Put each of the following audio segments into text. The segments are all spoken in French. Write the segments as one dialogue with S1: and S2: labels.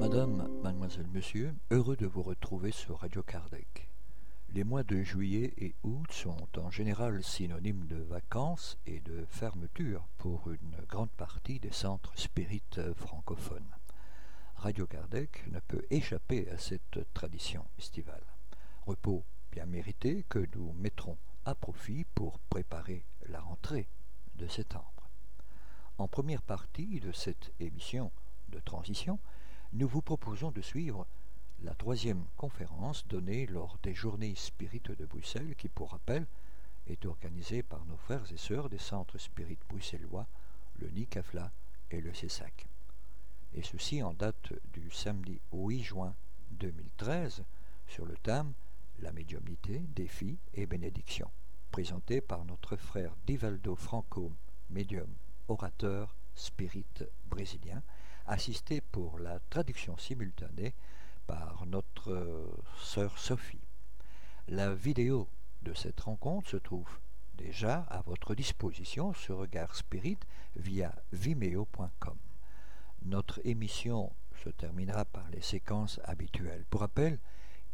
S1: Madame, mademoiselle, monsieur, heureux de vous retrouver sur Radio Kardec. Les mois de juillet et août sont en général synonymes de vacances et de fermeture pour une grande partie des centres spirites francophones. Radio Kardec ne peut échapper à cette tradition estivale. Repos bien mérité que nous mettrons à profit pour préparer la rentrée de septembre. En première partie de cette émission de transition, nous vous proposons de suivre la troisième conférence donnée lors des Journées Spirites de Bruxelles, qui, pour rappel, est organisée par nos frères et sœurs des centres spirites bruxellois, le NICAFLA et le CESAC. Et ceci en date du samedi 8 juin 2013 sur le thème La médiumnité, défis et bénédictions, présenté par notre frère Divaldo Franco, médium, orateur, spirite brésilien, assisté pour la traduction simultanée par notre euh, sœur Sophie. La vidéo de cette rencontre se trouve déjà à votre disposition sur Regard Spirit via vimeo.com. Notre émission se terminera par les séquences habituelles. Pour rappel,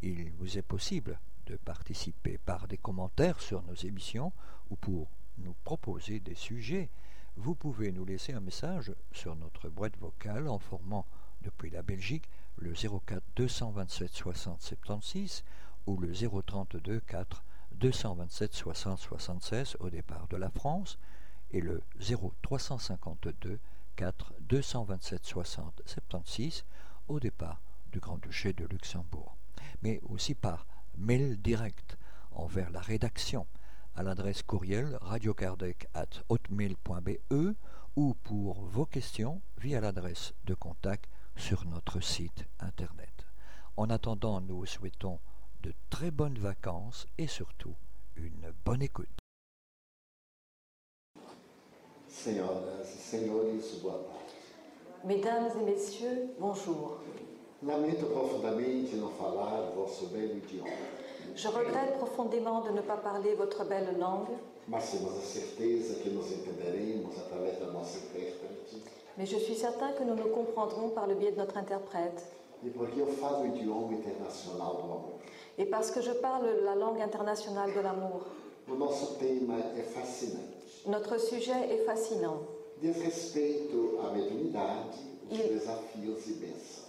S1: il vous est possible de participer par des commentaires sur nos émissions ou pour nous proposer des sujets vous pouvez nous laisser un message sur notre boîte vocale en formant depuis la Belgique le 04 227 60 76 ou le 032 4 227 60 76 au départ de la France et le 0352 4 227 60 76 au départ du Grand-Duché de Luxembourg, mais aussi par mail direct envers la rédaction à l'adresse courriel radiocardec.hotmail.be E ou pour vos questions via l'adresse de contact sur notre site internet. En attendant, nous vous souhaitons de très bonnes vacances et surtout une bonne écoute.
S2: Senhoras e senhores, boa tarde.
S3: Mesdames et messieurs, bonjour.
S2: Lamento profundamente não falar vosso belo idioma,
S3: Je regrette profondément de ne pas parler votre belle langue,
S2: mas temos a certeza que nos entenderemos através da nossa intérprete.
S3: mais je suis certain que nous nous comprendrons par le biais de notre interprète.
S2: E porque eu falo o idioma internacional do amor.
S3: Et parce que je parle la langue internationale de l'amour,
S2: O nosso tema é fascinante.
S3: notre sujet est fascinant.
S2: Diz respeito à mediunidade, os
S3: E-
S2: desafios e bênçãos.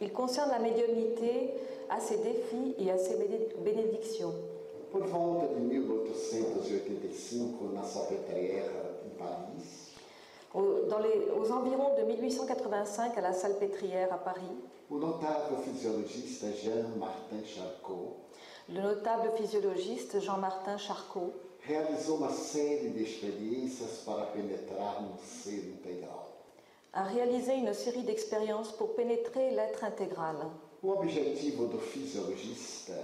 S3: Il concerne la médiumnité à ses défis et à ses béné- bénédictions.
S2: Por volta de 1885, na Salpêtrière, em Paris,
S3: Au- dans les- aux environs de 1885 à la Salpêtrière à Paris,
S2: o notável fisiologista Jean-Martin Charcot
S3: le notable physiologiste Jean-Martin Charcot
S2: realizou uma série de experiências para penetrar no ser integral.
S3: a réalisé une série d'expériences pour pénétrer l'être intégral.
S2: O objetivo do fisiologista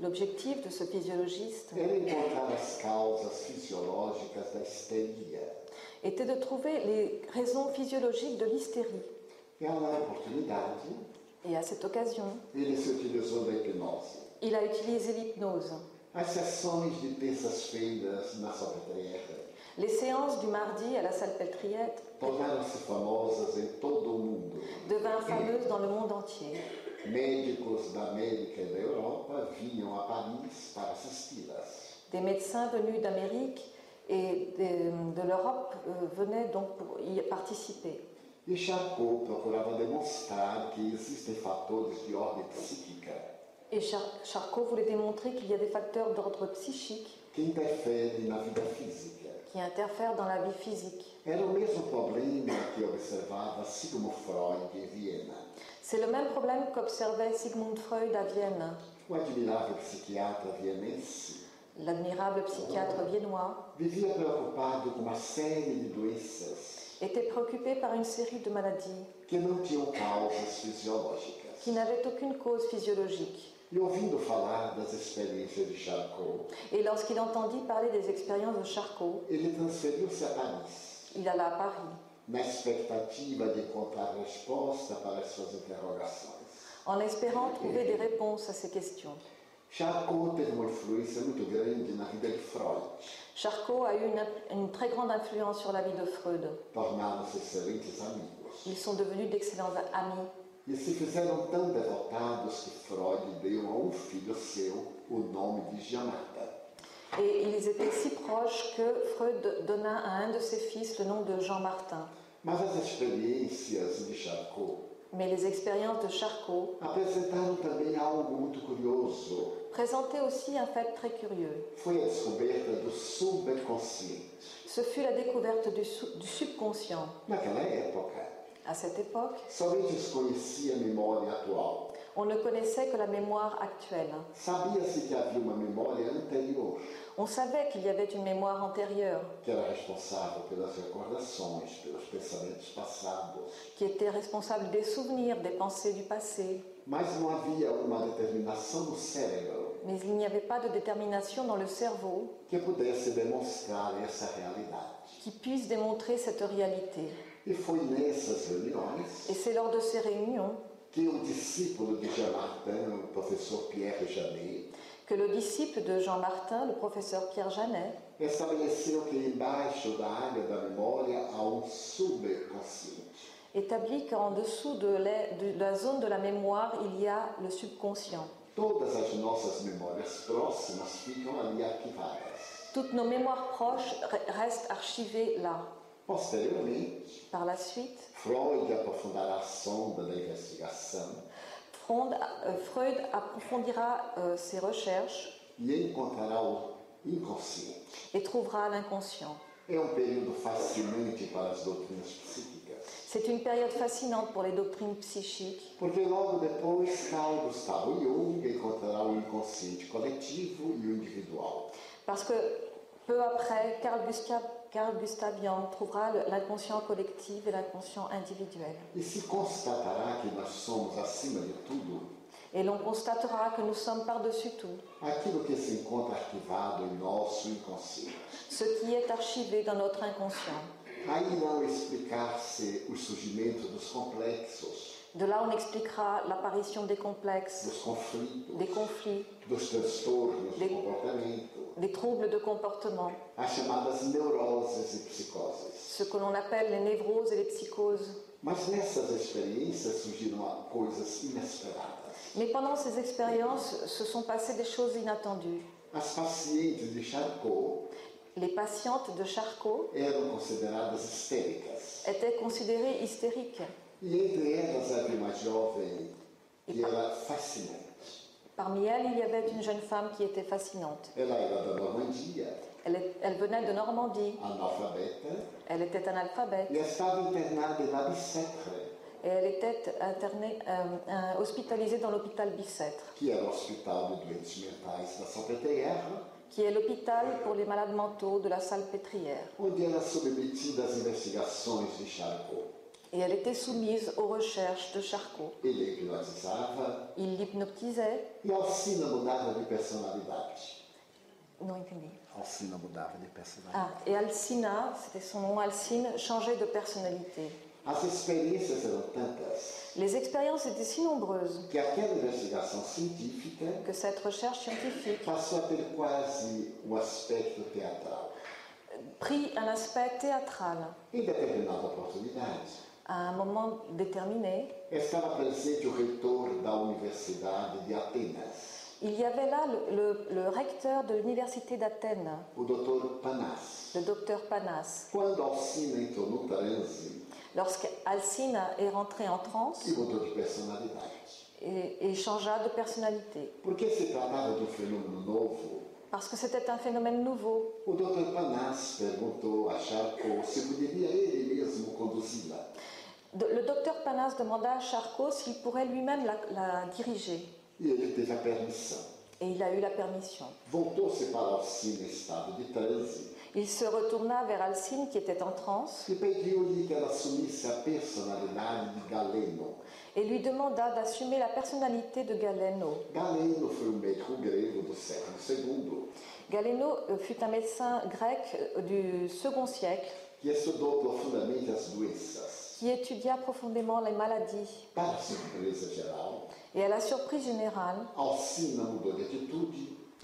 S3: L'objectif de ce physiologiste
S2: era encontrar as causas fisiológicas da histeria
S3: était de trouver les raisons physiologiques de l'hystérie.
S2: e, na oportunidade,
S3: Et à cette occasion,
S2: ele se utilizou da hipnose.
S3: il a utilisé l'hypnose.
S2: As sessões de terças-feiras na Salvaterra
S3: Les séances du mardi à la Salpêtriette
S2: tornaram-se famosas em todo o mundo.
S3: devinrent fameuses dans le monde entier.
S2: Médicos da América e da Europa vinham a Paris para assisti-las.
S3: Des médecins venus d'Amérique et des- de, l'Europe euh, venaient donc pour y participer.
S2: E Charcot procurava demonstrar que existem fatores de ordem psíquica
S3: Et Char- Charcot voulait démontrer qu'il y a des facteurs d'ordre psychique
S2: que interferem na vida física.
S3: qui interfèrent dans la vie physique.
S2: Era o mesmo problema que observava Sigmund Freud em Viena.
S3: C'est le même problème qu'observait Sigmund Freud à Vienne.
S2: O admirável psiquiatra vienense
S3: L'admirable psychiatre viennois
S2: vivia preocupado com uma série de doenças
S3: était préoccupé par une série de maladies
S2: que não tinham causas fisiológicas.
S3: qui n'avaient aucune cause physiologique.
S2: E ouvindo falar das experiências de Charcot,
S3: Et lorsqu'il entendit parler des expériences de Charcot,
S2: ele transferiu-se a Paris
S3: il alla à Paris
S2: n'aspettativa di contrarresposta per le sue interrogazioni.
S3: en espérant trouver des réponses à ces questions.
S2: Charcot teve uma influência muito grande na vida de Freud.
S3: Charcot a eu une, une très grande influence sur la vie de Freud.
S2: Tornaram-se excelentes amigos.
S3: Ils sont devenus d'excellents amis.
S2: E se fizeram tão devotados que Freud deu a um filho seu o nome de Janata.
S3: Et ils étaient si proches que Freud donna à un de ses fils le nom de Jean Martin.
S2: Mas as experiências de Charcot
S3: Mais les expériences de Charcot
S2: apresentaram também algo muito curioso.
S3: présentaient aussi un fait très curieux.
S2: Foi a descoberta do subconsciente.
S3: Ce fut la découverte du, sou- du subconscient.
S2: Naquela época,
S3: À cette époque,
S2: somente se conhecia a memória atual.
S3: on ne connaissait que la mémoire actuelle.
S2: Sabia-se que havia uma memória anterior,
S3: On savait qu'il y avait une mémoire antérieure
S2: que era responsável pelas recordações, pelos pensamentos passados.
S3: qui était responsable des souvenirs, des pensées du passé.
S2: Mas não havia uma determinação no cérebro
S3: Mais il n'y avait pas de détermination dans le cerveau
S2: que pudesse demonstrar essa realidade.
S3: qui puisse démontrer cette réalité.
S2: E foi nessas reuniões
S3: Et c'est lors de ces réunions
S2: que o discípulo de Jean Martin, o professor Pierre Janet,
S3: que le disciple de Jean Martin, le professeur Pierre Janet,
S2: estabeleceu que embaixo da área da memória há um subconsciente.
S3: établit qu'en dessous de la, de la zone de la mémoire, il y a le subconscient.
S2: Todas as nossas memórias próximas ficam ali arquivadas.
S3: Toutes nos mémoires proches re- restent archivées là.
S2: Posteriormente,
S3: Par la suite,
S2: Freud aprofundará a sonda da investigação
S3: Freud, euh, Freud approfondira euh, ses recherches
S2: e encontrará o inconsciente.
S3: et trouvera l'inconscient.
S2: É um período fascinante para as doutrinas psíquicas,
S3: C'est une période fascinante pour les doctrines psychiques,
S2: porque logo depois Carl Gustavo Jung encontrará o inconsciente coletivo e o individual.
S3: parce que peu après, Carl Gustav, Carl Gustav Jung trouvera le- l'inconscient collectif et l'inconscient individuel.
S2: E se constatará que nós somos, acima de tudo,
S3: Et l'on constatera que nous sommes par-dessus tout
S2: aquilo que se encontra arquivado em nosso inconsciente.
S3: ce qui est archivé dans notre inconscient.
S2: Aí irão explicar-se os surgimentos dos complexos,
S3: De là, on expliquera l'apparition des complexes,
S2: dos conflitos,
S3: des conflits,
S2: dos transtornos
S3: De-
S2: do comportamento,
S3: des troubles de comportement,
S2: as chamadas neuroses e psicoses.
S3: ce que l'on appelle les névroses et les psychoses.
S2: Mas nessas experiências surgiram coisas inesperadas.
S3: Mais pendant ces expériences, se sont passées des choses inattendues.
S2: As pacientes de Charcot
S3: Les patientes de Charcot
S2: eram consideradas histéricas.
S3: étaient considérées hystériques.
S2: E entre elas havia uma jovem que era fascinante.
S3: Parmi elles, il y avait une jeune femme qui était fascinante.
S2: Ela era da Normandia,
S3: Elle, est- elle venait de Normandie,
S2: analfabeta,
S3: elle était analphabète
S2: e estava internada em Abissetre,
S3: et elle était internée, euh, euh, hospitalisée dans l'hôpital Bicêtre.
S2: que era o hospital de doentes mentais da Salpeterra,
S3: qui est l'hôpital pour les malades mentaux de la Salpêtrière.
S2: onde era submetida às investigações de Charcot.
S3: Et elle était soumise aux recherches de Charcot.
S2: Ele a hipnotizava
S3: Il l'hypnotisait.
S2: e Alcina mudava de personalidade.
S3: Non, il dit.
S2: Alcina mudava de personalidade.
S3: Ah, et Alcina, c'était son nom, Alcine, changeait de personnalité.
S2: As experiências eram tantas
S3: Les expériences étaient si nombreuses
S2: que aquela investigação científica
S3: que cette recherche scientifique
S2: passou a ter quase o aspecto teatral.
S3: prit un aspect théâtral.
S2: Em determinada oportunidade,
S3: À un moment déterminé,
S2: estava presente o reitor da Universidade de Atenas,
S3: il y avait là le, le- le recteur de l'université d'Athènes,
S2: o Dr. Panas.
S3: le docteur Panas.
S2: Quando Alcina entrou no transe
S3: Lorsqu'Alcine est rentrée en transe,
S2: e mudou de personalidade,
S3: et, et changea de personnalité.
S2: porque se tratava de um fenômeno novo,
S3: Parce que c'était un phénomène nouveau.
S2: o Dr. Panas perguntou a Charcot se poderia ele mesmo conduzi-la.
S3: De- le docteur Panas demanda à Charcot s'il pourrait lui-même la, la diriger.
S2: E ele teve a permissão.
S3: Et il a eu la permission.
S2: Voltou-se para Alcina em estado de transe
S3: Il se retourna vers Alcine qui était en transe
S2: e pediu-lhe que ela assumisse a personalidade de Galeno.
S3: et lui demanda d'assumer la personnalité de Galeno.
S2: Galeno foi um médico grego do século II
S3: Galeno euh, fut un médecin grec euh, du second siècle
S2: que estudou profundamente as doenças.
S3: qui étudia profondément les maladies.
S2: Para surpresa geral,
S3: Et à la surprise générale,
S2: Alcina mudou de atitude,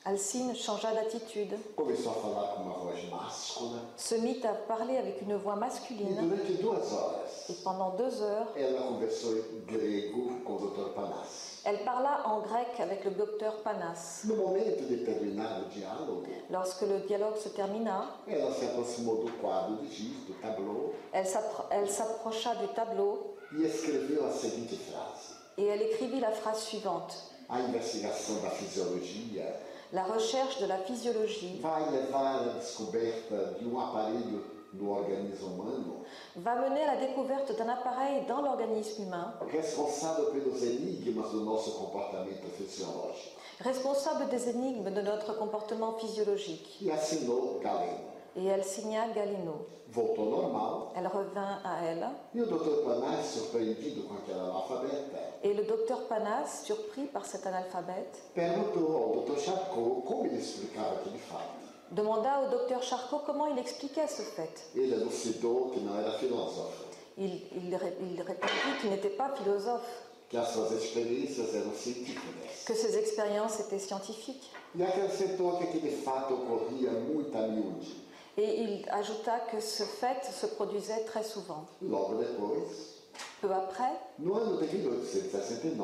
S3: Alcine changea d'attitude,
S2: começou a falar com uma voz máscula
S3: se mit à parler avec une voix
S2: e
S3: masculine,
S2: durante duas horas
S3: et pendant deux heures,
S2: ela conversou em grego com o Dr. Panas.
S3: elle parla en grec avec le docteur Panas.
S2: No momento de terminar o diálogo,
S3: Lorsque le dialogue se termina,
S2: ela se aproximou do quadro de giz, do tableau,
S3: elle s'appro- elle s'approcha du tableau
S2: e escreveu a seguinte frase.
S3: et elle écrivit la phrase suivante.
S2: A investigação da fisiologia
S3: La recherche de la physiologie
S2: vai levar à descoberta de um aparelho no organismo humano
S3: va mener à la découverte d'un appareil dans l'organisme humain,
S2: responsável pelos enigmas do nosso comportamento fisiológico.
S3: responsable des énigmes de notre comportement physiologique.
S2: E assinou Galeno.
S3: Et elle signa Galeno.
S2: Voltou ao normal
S3: Elle revint à elle
S2: e o Dr. Panas, surpreendido com aquela analfabeta,
S3: et le docteur Panas, surpris par cet analphabète,
S2: perguntou ao Dr. Charcot como ele explicava aquele fato.
S3: demanda au docteur Charcot comment il expliquait ce fait.
S2: Ele elucidou que não era filósofo,
S3: Il, il ré- il répondit qu'il n'était pas philosophe,
S2: que as suas experiências eram científicas.
S3: que ses expériences étaient scientifiques.
S2: E acrescentou que aquele fato ocorria muito a miúde.
S3: Et il ajouta que ce fait se produisait très souvent.
S2: Logo depois,
S3: Peu après,
S2: no ano de 1869,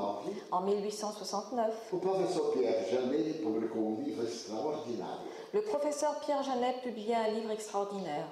S3: en 1869,
S2: o professor Pierre Janet publicou um livro extraordinário.
S3: le professeur Pierre Janet publia un livre extraordinaire.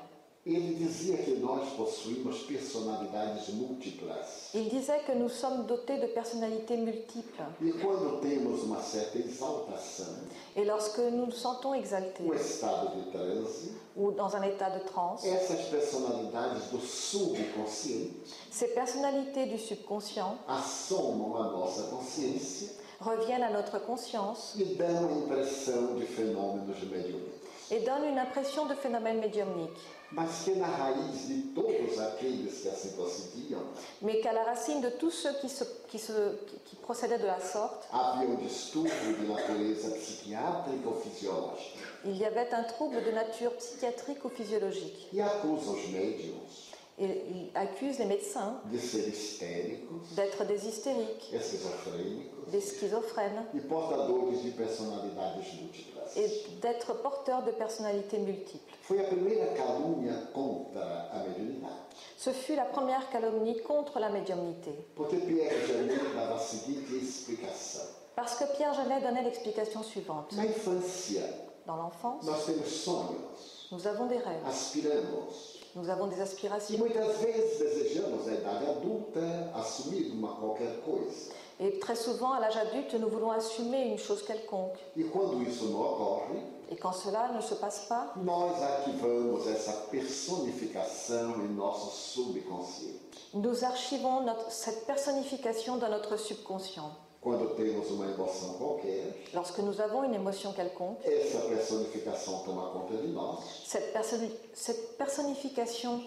S2: Ele dizia que nós possuímos personalidades múltiplas
S3: Il disait que nous sommes dotés de personnalités multiples.
S2: e quando temos uma certa exaltação,
S3: Et lorsque nous nous sentons exaltés
S2: um estado de transe,
S3: ou dans un état de transe,
S2: essas personalidades do subconsciente
S3: Ces personnalités du subconscient
S2: assomam a nossa consciência
S3: reviennent à notre conscience
S2: e dão a impressão de fenômenos mediúnicos.
S3: et donnent une impression de phénomène médiumnique,
S2: Mas que na raiz de todos aqueles que assim procediam,
S3: mais qu'à la racine de tous ceux qui, se- qui se- qui procédaient de la sorte,
S2: havia um distúrbio de natureza psiquiátrica ou fisiológica
S3: il y avait un trouble de nature psychiatrique ou physiologique.
S2: e acusam os médiums
S3: Et ils accusent les médecins
S2: de ser histéricos,
S3: d'être des hystériques,
S2: esquizofrênicos
S3: des schizophrènes
S2: e portadores de personalidades múltiplas.
S3: et d'être porteurs de personnalités multiples.
S2: Foi a primeira calúnia contra a mediunidade,
S3: Ce fut la première calomnie contre la médiumnité,
S2: porque Pierre Janet dava a seguinte explicação.
S3: parce que Pierre Janet donnait l'explication suivante.
S2: Na infância,
S3: Dans l'enfance,
S2: nós temos sonhos,
S3: nous avons des rêves.
S2: aspiramos,
S3: Nous avons des
S2: E
S3: aspirations.
S2: muitas vezes desejamos, na idade adulta, assumir uma qualquer coisa.
S3: Et très souvent, à l'âge adulte, nous voulons assumer une chose quelconque.
S2: E quando isso não ocorre,
S3: Et quand cela ne se passe pas,
S2: nós arquivamos essa personificação em nosso subconsciente.
S3: nous archivons notre- cette personnification dans notre subconscient.
S2: Quando temos uma emoção qualquer,
S3: Lorsque nous avons une émotion quelconque,
S2: essa personificação toma conta de nós
S3: cette, personni- cette personnification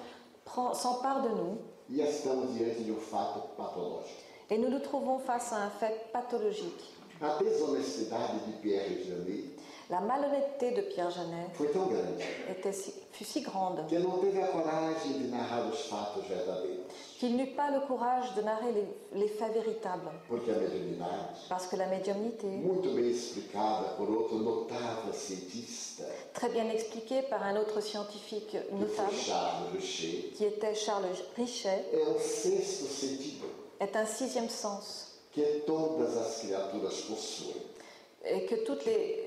S3: prend- s'empare de nous
S2: e estamos diante de um fato patológico.
S3: et nous nous trouvons face à un fait pathologique.
S2: A desonestidade de Pierre Janet
S3: La malhonnêteté de Pierre Janet
S2: foi tão grande
S3: était si- fut si grande
S2: que não teve a coragem de narrar os fatos verdadeiros,
S3: qu'il n'eut pas le courage de narrer les- les faits véritables,
S2: porque a mediunidade
S3: parce que la médiumnité
S2: Muito bem explicada por outro notável cientista,
S3: très bien expliqué par un autre scientifique
S2: que foi
S3: notable,
S2: Charles Richer,
S3: qui était Charles Richet,
S2: é o sexto sentido
S3: est un sixième sens
S2: que todas as criaturas possuem.
S3: et que toutes les,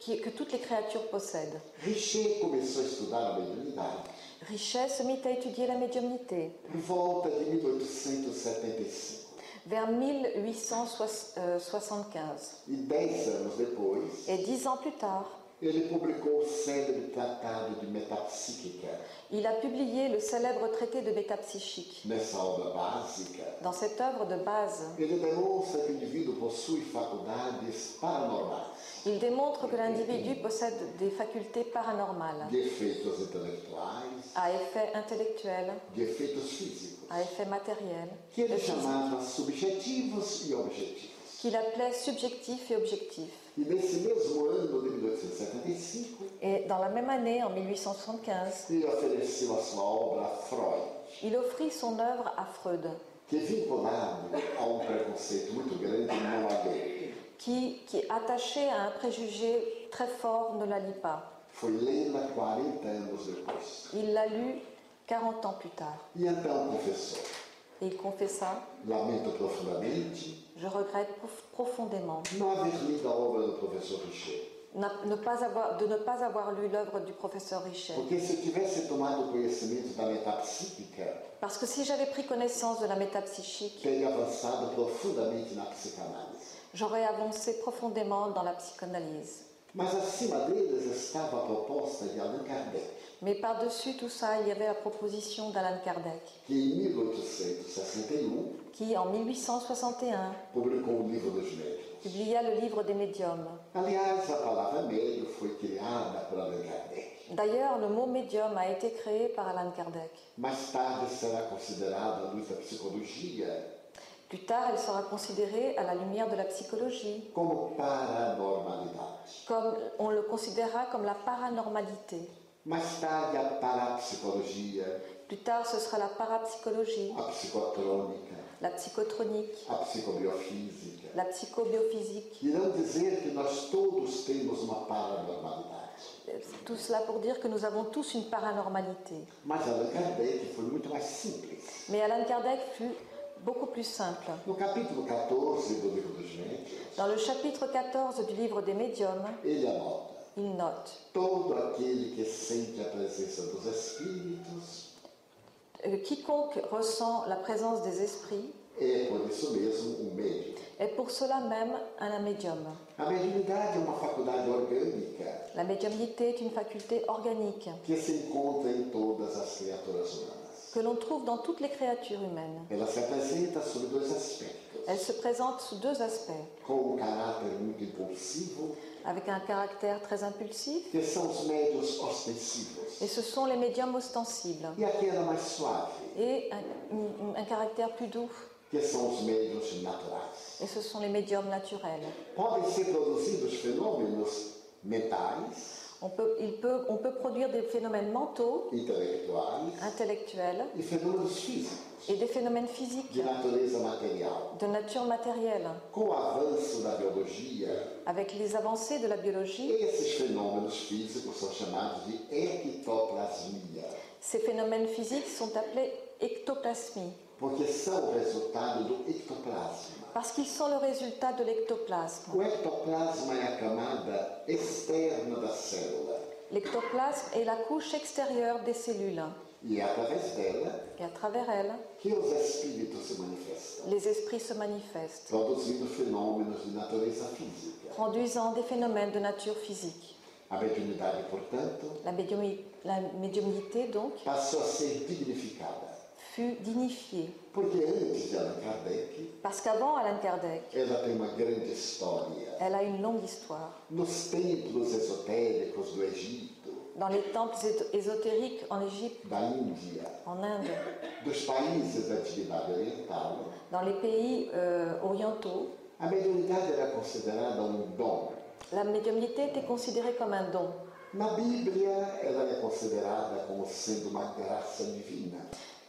S3: qui- que toutes les créatures possèdent.
S2: Richer começou a estudar a mediunidade
S3: Richet se mit à étudier la médiumnité
S2: por volta de 1875
S3: vers 1875.
S2: e dez anos depois
S3: euh, Et dix ans plus tard,
S2: ele publicou o célebre Tratado de Metapsíquica.
S3: il a publié le célèbre traité de métapsychique.
S2: Nessa obra básica,
S3: Dans cette œuvre de base,
S2: ele demonstra que o indivíduo possui faculdades paranormais.
S3: il démontre que l'individu possède des facultés paranormales
S2: de efeitos intelectuais,
S3: à effet intellectuel,
S2: de efeitos físicos,
S3: à effet matériel,
S2: que ele
S3: et physique.
S2: chamava subjetivos e objetivos.
S3: qu'il appelait subjectif et objectif.
S2: E nesse mesmo ano de 1875,
S3: Et dans la même année, en 1875,
S2: ele ofereceu a sua obra a Freud,
S3: il offrit son œuvre à Freud,
S2: que é vinculado a um preconceito muito grande não a lê.
S3: qui, qui attaché à un préjugé très fort, ne la lit pas.
S2: Foi lê-la 40 anos depois.
S3: Il l'a lu 40 ans plus tard.
S2: E então, professor,
S3: Et il confessa
S2: lamento profundamente
S3: Je regrette prof- profondément
S2: não haver lido a obra do professor Richer.
S3: n'a- ne pas avoir- de ne pas avoir lu l'œuvre du professeur Richet.
S2: Porque se eu tivesse tomado conhecimento da metapsíquica,
S3: Parce que si j'avais pris connaissance de la métapsychique,
S2: teria avançado profundamente na psicanálise.
S3: j'aurais avancé profondément dans la psychanalyse.
S2: Mas acima deles estava a proposta de Allan Kardec,
S3: Mais par-dessus tout ça, il y avait la proposition d'Alan Kardec,
S2: que em 1861
S3: qui en 1861
S2: um publicou o Livro dos Médicos.
S3: publia le livre des médiums.
S2: Aliás, a palavra médio foi criada por Allan Kardec.
S3: D'ailleurs, le mot médium a été créé par Alan Kardec.
S2: Mais tarde será considerada a luz da psicologia
S3: Plus tard, elle sera considérée à la lumière de la psychologie,
S2: como paranormalidade.
S3: comme on le considéra comme la paranormalité.
S2: Mais tarde a parapsicologia,
S3: Plus tard, ce sera la parapsychologie,
S2: a psicotrônica,
S3: la psychotronique,
S2: a psicobiofísica.
S3: la psychobiophysique.
S2: Irão dizer que nós todos temos uma paranormalidade.
S3: Euh, Tout cela pour dire que nous avons tous une paranormalité.
S2: Mas Allan Kardec foi muito mais simples.
S3: Mais Alan Kardec fut beaucoup plus simple.
S2: No capítulo 14 do Livro dos Médiuns,
S3: Dans le chapitre 14 du livre des médiums,
S2: ele anota:
S3: il note
S2: Todo aquele que sente a presença dos espíritos
S3: euh, Quiconque ressent la présence des esprits
S2: é, por isso mesmo, um médium.
S3: est pour cela même un médium.
S2: A mediunidade é uma faculdade orgânica
S3: La médiumnité est une faculté organique
S2: que se encontra em todas as criaturas humanas.
S3: que l'on trouve dans toutes les créatures humaines.
S2: Ela se apresenta sob dois aspectos:
S3: Elle se présente sous deux aspects,
S2: com um caráter muito impulsivo,
S3: avec un caractère très impulsif
S2: que são os médios ostensivos,
S3: Et ce sont les médiums ostensibles
S2: e aquela mais suave,
S3: et un, un- un caractère plus doux.
S2: que são os médios naturais.
S3: Et ce sont les médiums naturels.
S2: Podem ser produzidos fenômenos mentais,
S3: On peut, il peut- on peut produire des phénomènes mentaux,
S2: intelectuais
S3: intellectuels
S2: e fenômenos físicos,
S3: et des phénomènes physiques
S2: de natureza material.
S3: de nature matérielle.
S2: Com o avanço da biologia,
S3: Avec les avancées de la biologie,
S2: esses fenômenos físicos são chamados de ectoplasmia,
S3: ces phénomènes physiques sont appelés ectoplasmies
S2: porque são o resultado do ectoplasma.
S3: parce qu'ils sont le résultat de l'ectoplasme.
S2: O ectoplasma é a camada externa da célula
S3: L'ectoplasme est la couche extérieure des cellules
S2: e é através dela
S3: et à travers elle,
S2: que os espíritos se manifestam,
S3: les esprits se manifestent,
S2: produzindo fenômenos de natureza física.
S3: produisant des phénomènes de nature physique.
S2: A mediunidade, portanto,
S3: La, médiumi- la médiumnité, donc,
S2: passou a ser dignificada,
S3: fut dignifiée.
S2: porque antes de Allan Kardec,
S3: Parce qu'avant Alan Kardec,
S2: ela tem uma grande história.
S3: elle a une longue histoire.
S2: Nos templos esotéricos do Egito,
S3: Dans les temples éto- ésotériques en Égypte,
S2: da Índia,
S3: en Inde,
S2: dos países da atividade oriental,
S3: dans les pays euh, orientaux,
S2: a mediunidade era considerada um dom.
S3: la médiumnité était considérée comme un don.
S2: Na Bíblia, ela é considerada como sendo uma graça divina.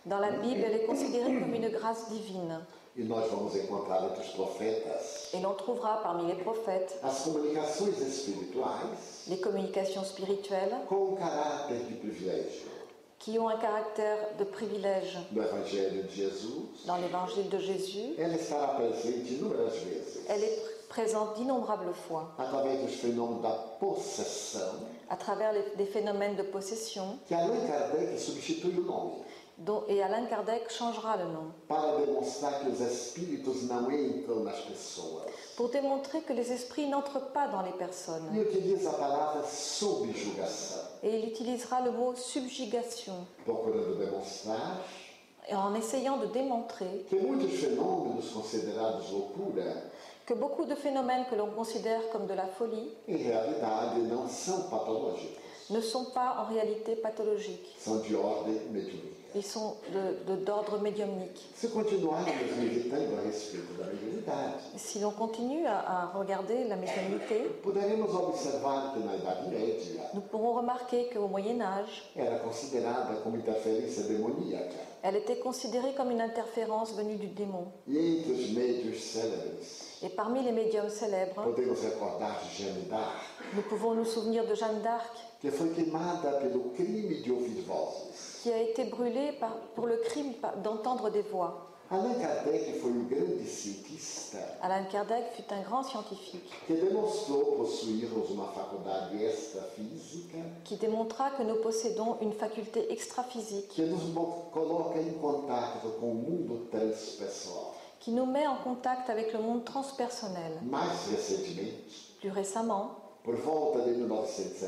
S3: Dans la Bible, elle est considérée comme une grâce divine.
S2: E nós vamos encontrar entre os profetas
S3: Et l'on trouvera parmi les prophètes
S2: as comunicações espirituais
S3: les communications spirituelles
S2: com um caráter de privilégio.
S3: qui ont un caractère de privilège.
S2: No Evangelho de Jesus,
S3: Dans l'évangile de Jésus,
S2: ela estará presente inúmeras vezes
S3: elle est pr- présente d'innombrables fois.
S2: através dos fenômenos da possessão,
S3: à travers les- des phénomènes de possession,
S2: que Allan Kardec substitui o nome
S3: dont, et Alain Kardec changera le nom,
S2: para demonstrar que os espíritos não entram nas pessoas.
S3: pour démontrer que les esprits n'entrent pas dans les
S2: E
S3: personnes.
S2: utiliza a palavra subjugação,
S3: Et il utilisera le mot subjugation,
S2: procurando demonstrar
S3: et en essayant de démontrer
S2: que muitos fenômenos considerados loucura,
S3: que beaucoup de phénomènes que l'on considère comme de la folie
S2: em realidade não são patológicos,
S3: ne sont pas en réalité pathologiques,
S2: são de ordem mediúnica.
S3: ils sont de- de- d'ordre médiumnique.
S2: Se continuarmos meditando a respeito da mediunidade,
S3: si l'on continue à, à regarder la médiumnité,
S2: Poderemos observar que na Idade Média
S3: nous pourrons remarquer qu'au Moyen Âge,
S2: era considerada como interferência demoníaca
S3: elle était considérée comme une interférence venue du démon.
S2: e entre os médios célebres
S3: Et parmi les médiums célèbres,
S2: podemos recordar Jeanne d'Arc,
S3: nous pouvons nous souvenir de Jeanne d'Arc,
S2: que foi queimada pelo crime de ouvir vozes.
S3: qui a été brûlée par- pour le crime par- d'entendre des voix.
S2: Allan Kardec foi um grande cientista
S3: Alain Kardec fut un grand scientifique
S2: que demonstrou possuirmos uma faculdade extrafísica
S3: qui démontra que nous possédons une faculté extraphysique
S2: que nos mo- coloca em contato com o mundo transpessoal.
S3: qui nous met en contact avec le monde transpersonnel.
S2: Mais recentemente,
S3: Plus récemment,
S2: por volta de 1975,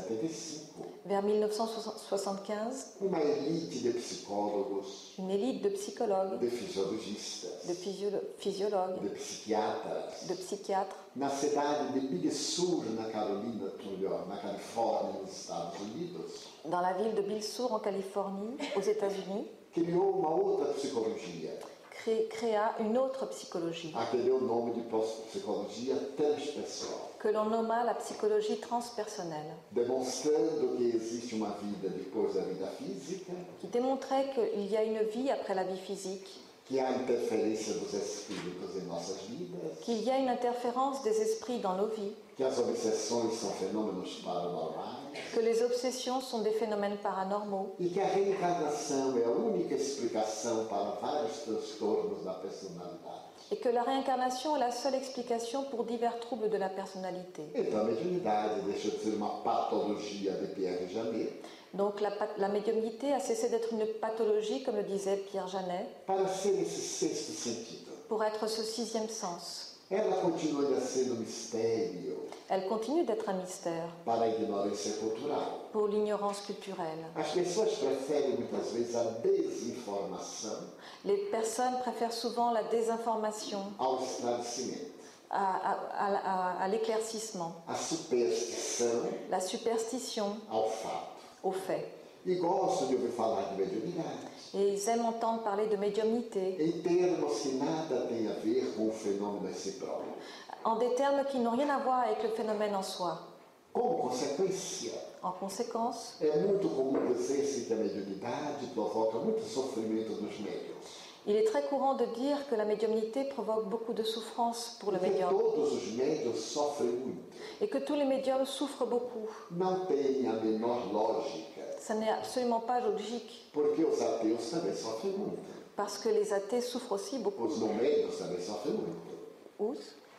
S3: vers 1975,
S2: uma elite de psicólogos,
S3: une élite de psychologues,
S2: de fisiologistas,
S3: de physio- physiologues,
S2: de psiquiatras,
S3: de psychiatres,
S2: na cidade de Big Sur, na Carolina do Norte, na Califórnia, nos Estados Unidos,
S3: dans la ville de Bilsour en Californie, aux États-Unis,
S2: criou uma outra psicologia,
S3: cré- créa une autre psychologie
S2: a que deu o nome de pos- psicologia transpessoal.
S3: que l'on nomma la psychologie transpersonnelle,
S2: demonstrando que existe uma vida depois da vida física,
S3: qui démontrait qu'il y a une vie après la vie physique,
S2: que há interferência dos espíritos em nossas vidas,
S3: qu'il y a une interférence des esprits dans nos vies,
S2: que as obsessões são fenômenos paranormais
S3: que les obsessions sont des phénomènes paranormaux
S2: e que a reencarnação é a única explicação para vários transtornos da personalidade
S3: et que la réincarnation est la seule explication pour divers troubles de la personnalité.
S2: Então a mediunidade deixou de ser uma patologia de Pierre Janet
S3: Donc la, pat- la médiumnité a cessé d'être une pathologie, comme le disait Pierre Janet,
S2: para ser esse sexto sentido.
S3: pour être ce sixième sens.
S2: Ela continua a ser um mistério
S3: Elle continue d'être un mystère
S2: para a ignorância cultural.
S3: pour l'ignorance culturelle.
S2: As pessoas preferem muitas vezes a desinformação
S3: Les personnes préfèrent souvent la désinformation
S2: ao esclarecimento,
S3: à, à- à- à- à l'éclaircissement,
S2: a superstição
S3: la superstition
S2: ao fato.
S3: au fait.
S2: E gosto de ouvir falar de mediunidade
S3: Et ils aiment entendre parler de médiumnité
S2: em termos que nada tem a ver com o fenômeno em si próprio.
S3: en des termes qui n'ont rien à voir avec le phénomène en soi.
S2: Como consequência,
S3: En conséquence,
S2: é muito comum dizer-se que a mediunidade provoca muito sofrimento nos médiums.
S3: il est très courant de dire que la médiumnité provoque beaucoup de souffrance pour le
S2: Porque
S3: médium.
S2: todos os médiums sofrem muito.
S3: et que tous les médiums souffrent beaucoup.
S2: Não tem a menor lógica,
S3: Ça n'est absolument pas logique,
S2: porque os ateus também sofrem muito.
S3: parce que les athées souffrent aussi beaucoup.
S2: Os não médios também sofrem muito.
S3: Ou-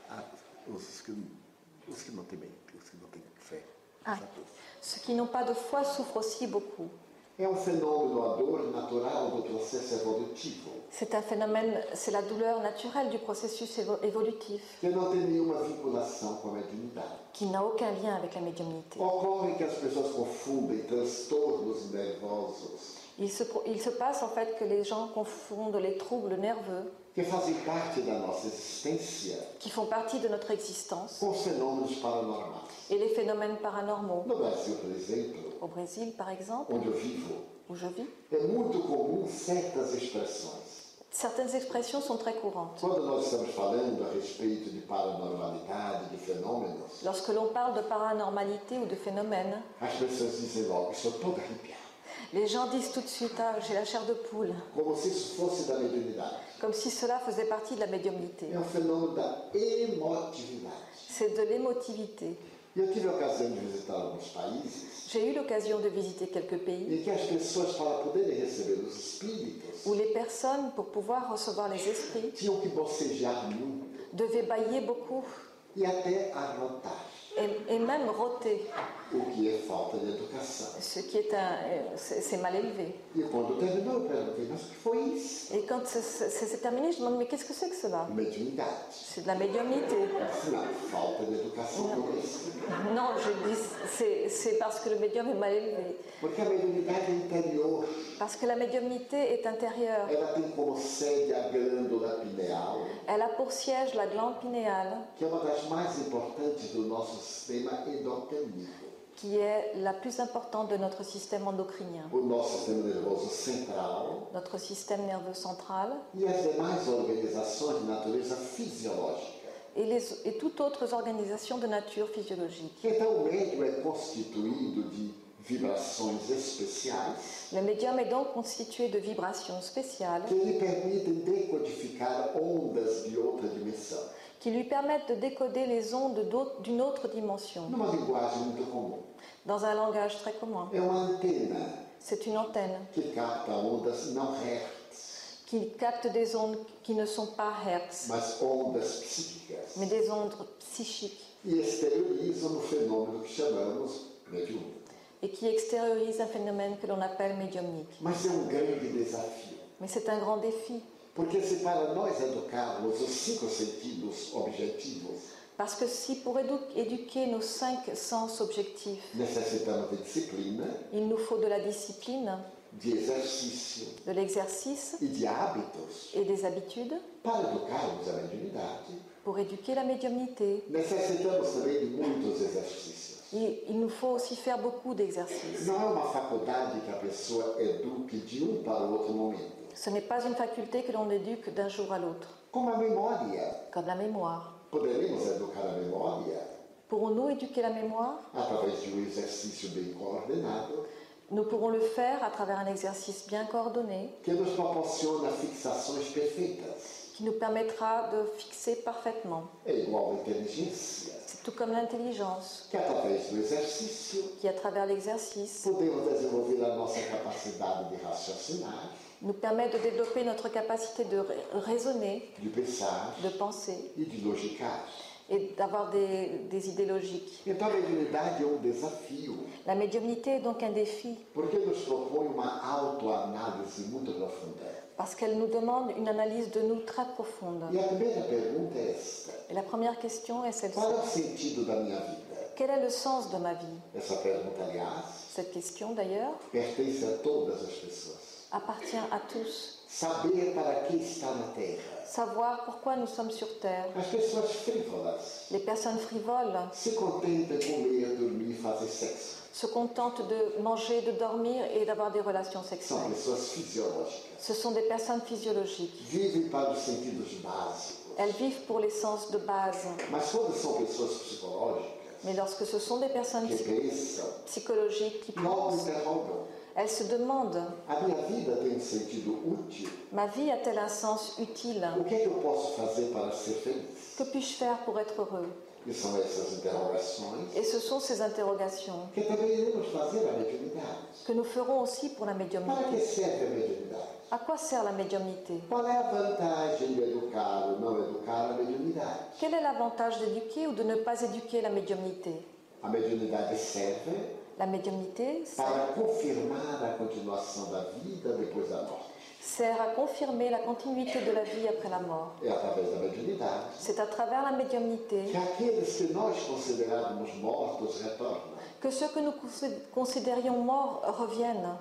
S4: Ah, os que, os que não têm mente, os que não têm fé.
S3: Ah.
S4: os ateus.
S3: Ceux qui n'ont pas de foi souffrent aussi beaucoup.
S2: É um fenômeno doador natural do processo evolutivo,
S3: C'est un phénomène, c'est la douleur naturelle du processus évo- évolutif,
S2: que não tem nenhuma vinculação com a mediunidade.
S3: qui n'a aucun lien avec la médiumnité.
S2: Ocorre que as pessoas confundem transtornos nervosos,
S3: Il se, pro- il se passe en fait que les gens confondent les troubles nerveux,
S2: que fazem parte da nossa existência,
S3: qui font partie de notre existence,
S2: com os fenômenos paranormais.
S3: et les phénomènes paranormaux.
S2: No Brasil, por exemplo,
S3: Au Brésil, par exemple,
S2: onde eu vivo,
S3: où je vis,
S2: é muito comum certas expressões.
S3: certaines expressions sont très courantes.
S2: Quando nós estamos falando a respeito de paranormalidade, de fenômenos,
S3: Lorsque l'on parle de paranormalité ou de phénomène,
S2: As pessoas dizem logo, estou toda arrepiada.
S3: les gens disent tout de suite Ah, j'ai la chair de poule,
S2: Como se isso fosse da mediunidade.
S3: comme si cela faisait partie de la médiumnité.
S2: É um fenômeno da emotividade.
S3: C'est de l'émotivité.
S2: E eu tive a ocasião de visitar alguns países
S3: J'ai eu l'occasion de visiter quelques pays
S2: em que as pessoas, para poderem receber os espíritos,
S3: où les personnes, pour pouvoir recevoir les esprits,
S2: tinham que bocejar muito
S3: devaient bailler beaucoup
S2: e até arrotar,
S3: et, et même rôter,
S2: o que é falta de educação.
S3: ce qui est un. euh, C'est c'est mal élevé.
S2: E quando terminou, eu perguntei, mas o que foi isso?
S3: Et quand c'est- c'est c'est terminé, je me demande Mais qu'est-ce que c'est que cela
S2: Mediunidade.
S3: C'est de la médiumnité.
S2: Eu disse, Não, falta de educação não é isso.
S3: Non, je dis c'est- c'est parce que le médium est mal élevé.
S2: Porque a mediunidade é interior.
S3: Parce que la médiumnité est intérieure.
S2: Ela tem como sede a glândula pineal,
S3: Elle a pour siège la glande pinéale,
S2: que é uma das mais importantes do nosso sistema endocrinino.
S3: qui est la plus importante de notre système endocrinien,
S2: O nosso sistema nervoso central
S3: notre système nerveux central
S2: e as demais organizações de natureza fisiológica.
S3: et, les- et toutes autres organisations de nature physiologique.
S2: Então, o medo é constituído de vibrações especiais
S3: Le médium est donc constitué de vibrations spéciales
S2: que lhe permitem decodificar ondas de outra dimensão,
S3: qui lui permettent de décoder les ondes d'au- d'une autre dimension
S2: numa linguagem muito comum.
S3: dans un langage très commun.
S2: É uma antena
S3: C'est une antenne
S2: que capta ondas não hertz,
S3: qui capte des ondes qui ne sont pas hertz,
S2: mas ondas psíquicas,
S3: mais des ondes psychiques
S2: e é exteriorizam no fenômeno que chamamos mediúnico.
S3: et qui extériorisent un phénomène que l'on appelle médiumnique.
S2: Mas é um grande desafio,
S3: Mais c'est un grand défi
S2: porque se para nós educarmos os cinco sentidos objetivos,
S3: parce que si pour édu- éduquer nos cinq sens objectifs,
S2: necessitamos de disciplina,
S3: il nous faut de la discipline,
S2: de exercício
S3: de l'exercice
S2: e de hábitos,
S3: et des habitudes
S2: para educarmos a mediunidade,
S3: pour éduquer la médiumnité.
S2: necessitamos também de muitos exercícios.
S3: Il, il nous faut aussi faire beaucoup d'exercices.
S2: Não é uma faculdade que a pessoa eduque de um para o outro momento.
S3: Ce n'est pas une faculté que l'on éduque d'un jour à l'autre,
S2: Como a memória,
S3: comme la mémoire.
S2: poderemos educar a memória
S3: Pourrons-nous éduquer la mémoire
S2: através de um exercício bem coordenado
S3: Nous pourrons le faire à travers un exercice bien coordonné
S2: que nos proporciona fixações perfeitas.
S3: qui nous permettra de fixer parfaitement.
S2: É igual à inteligência,
S3: C'est tout comme l'intelligence
S2: que através do exercício
S3: qui, à travers l'exercice,
S2: podemos desenvolver a nossa capacidade de raciocinar,
S3: nous permet de développer notre capacité de ra- raisonner,
S2: de pensar
S3: de penser
S2: e de logicar.
S3: et d'avoir des, des idées logiques.
S2: Então a mediunidade é um desafio,
S3: La médiumnité est donc un défi
S2: porque nos propõe uma autoanálise muito profunda.
S3: parce qu'elle nous demande une analyse de nous très profonde.
S2: E a primeira pergunta é esta:
S3: Et la première question est celle-ci.
S2: Qual é o sentido da minha vida?
S3: Quel est le sens de ma vie
S2: Essa pergunta, aliás,
S3: Cette question, d'ailleurs,
S2: pertence a todas as pessoas.
S3: appartient à tous.
S2: Saber para que está na Terra.
S3: Savoir pourquoi nous sommes sur Terre.
S2: As pessoas frívolas
S3: Les personnes frivoles
S2: se contentam em comer, dormir, fazer sexo.
S3: se contentent de manger, de dormir et d'avoir des relations
S2: São
S3: sexuelles.
S2: pessoas fisiológicas.
S3: Ce sont des personnes physiologiques.
S2: Vivem para os sentidos básicos.
S3: Elles vivent pour les sens de base.
S2: Mas quando são pessoas psicológicas,
S3: Mais lorsque ce sont des personnes
S2: que
S3: psy-
S2: pensam,
S3: psychologiques qui
S2: não
S3: pensent,
S2: interrogam.
S3: elles se demandent
S2: A minha vida tem um sentido útil.
S3: Ma vie a-t-elle un sens utile
S2: O que é que eu posso fazer para ser feliz?
S3: Que puis-je faire pour être heureux
S2: E são essas interrogações
S3: Et ce sont ces interrogations
S2: que também iremos fazer a mediunidade.
S3: que nous ferons aussi pour la médiumnité.
S2: Para que serve a mediunidade?
S3: À quoi sert la médiumnité
S2: Qual é a vantagem de educar ou não educar a mediunidade?
S3: Quel est l'avantage d'éduquer ou de ne pas éduquer la médiumnité
S2: A mediunidade serve
S3: La médiumnité sert-
S2: para confirmar a continuação da vida depois da morte.
S3: sert à confirmer la continuité de la vie après la mort.
S2: É através da mediunidade
S3: C'est à travers la médiumnité
S2: que aqueles que nós considerarmos mortos retornam,
S3: que ceux que nous consi- considérions morts reviennent.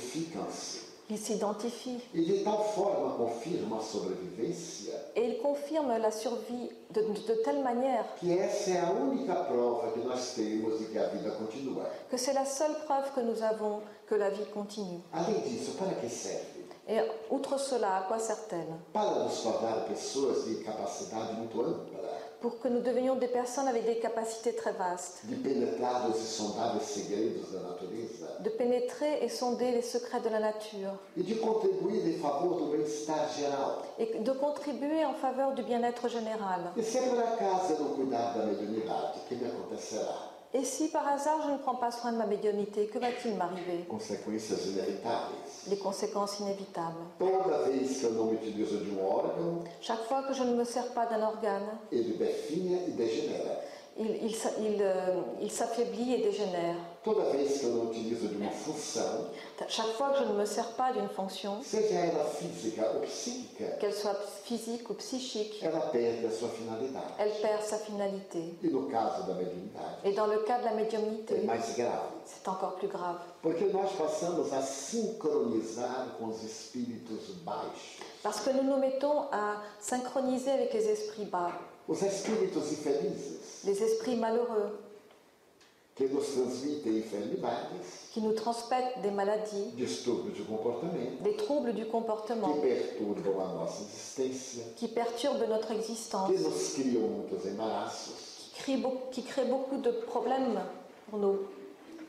S2: identificam-se
S3: Ils s'identifient
S2: e de tal forma confirmam a sobrevivência
S3: et ils confirment la survie de, de telle manière
S2: que essa é a única prova que nós temos de que a vida continua.
S3: que c'est la seule preuve que nous avons que la vie continue.
S2: Além disso, para que serve?
S3: Et outre cela, à quoi sert-elle
S2: Para nos tornar pessoas de capacidade muito ampla.
S3: Pour que nous devenions des personnes avec des capacités très vastes,
S2: de penetrar os insondáveis segredos da natureza
S3: de pénétrer et sonder les secrets de la nature
S2: e de contribuir em favor do bem-estar geral.
S3: et de contribuer en faveur du bien-être général.
S2: E se por acaso eu não cuidar da mediunidade, o que me acontecerá?
S3: Et si par hasard je ne prends pas soin de ma médiumnité, que va-t-il m'arriver
S2: Consequências inevitáveis.
S3: Les conséquences inévitables.
S2: Toda vez que eu não me utilizo de um órgão,
S3: Chaque fois que je ne me sers pas d'un organe,
S2: ele definha e degenera.
S3: il, il s'a- il, euh, il s'affaiblit et dégénère.
S2: Toda vez que eu não utilizo de uma função,
S3: Chaque fois que je ne me sers pas d'une fonction,
S2: seja ela física ou psíquica,
S3: qu'elle soit physique ou psychique,
S2: ela perde a sua finalidade.
S3: elle perd sa finalité.
S2: E no caso da mediunidade,
S3: Et dans le cas de la
S2: é
S3: médiumnité,
S2: mais grave.
S3: c'est encore plus grave.
S2: Porque nós passamos a sincronizar com os espíritos baixos.
S3: Parce que nous nous mettons à synchroniser avec les esprits bas,
S2: Os espíritos infelizes
S3: les esprits malheureux,
S2: que nos transmitem enfermidades,
S3: qui nous transmettent des maladies,
S2: distúrbios de comportamento,
S3: des troubles du comportement,
S2: que perturbam a nossa existência,
S3: qui perturbent notre existence,
S2: que nos criam muitos embaraços
S3: qui créent, beau- qui créent beaucoup de problèmes pour nous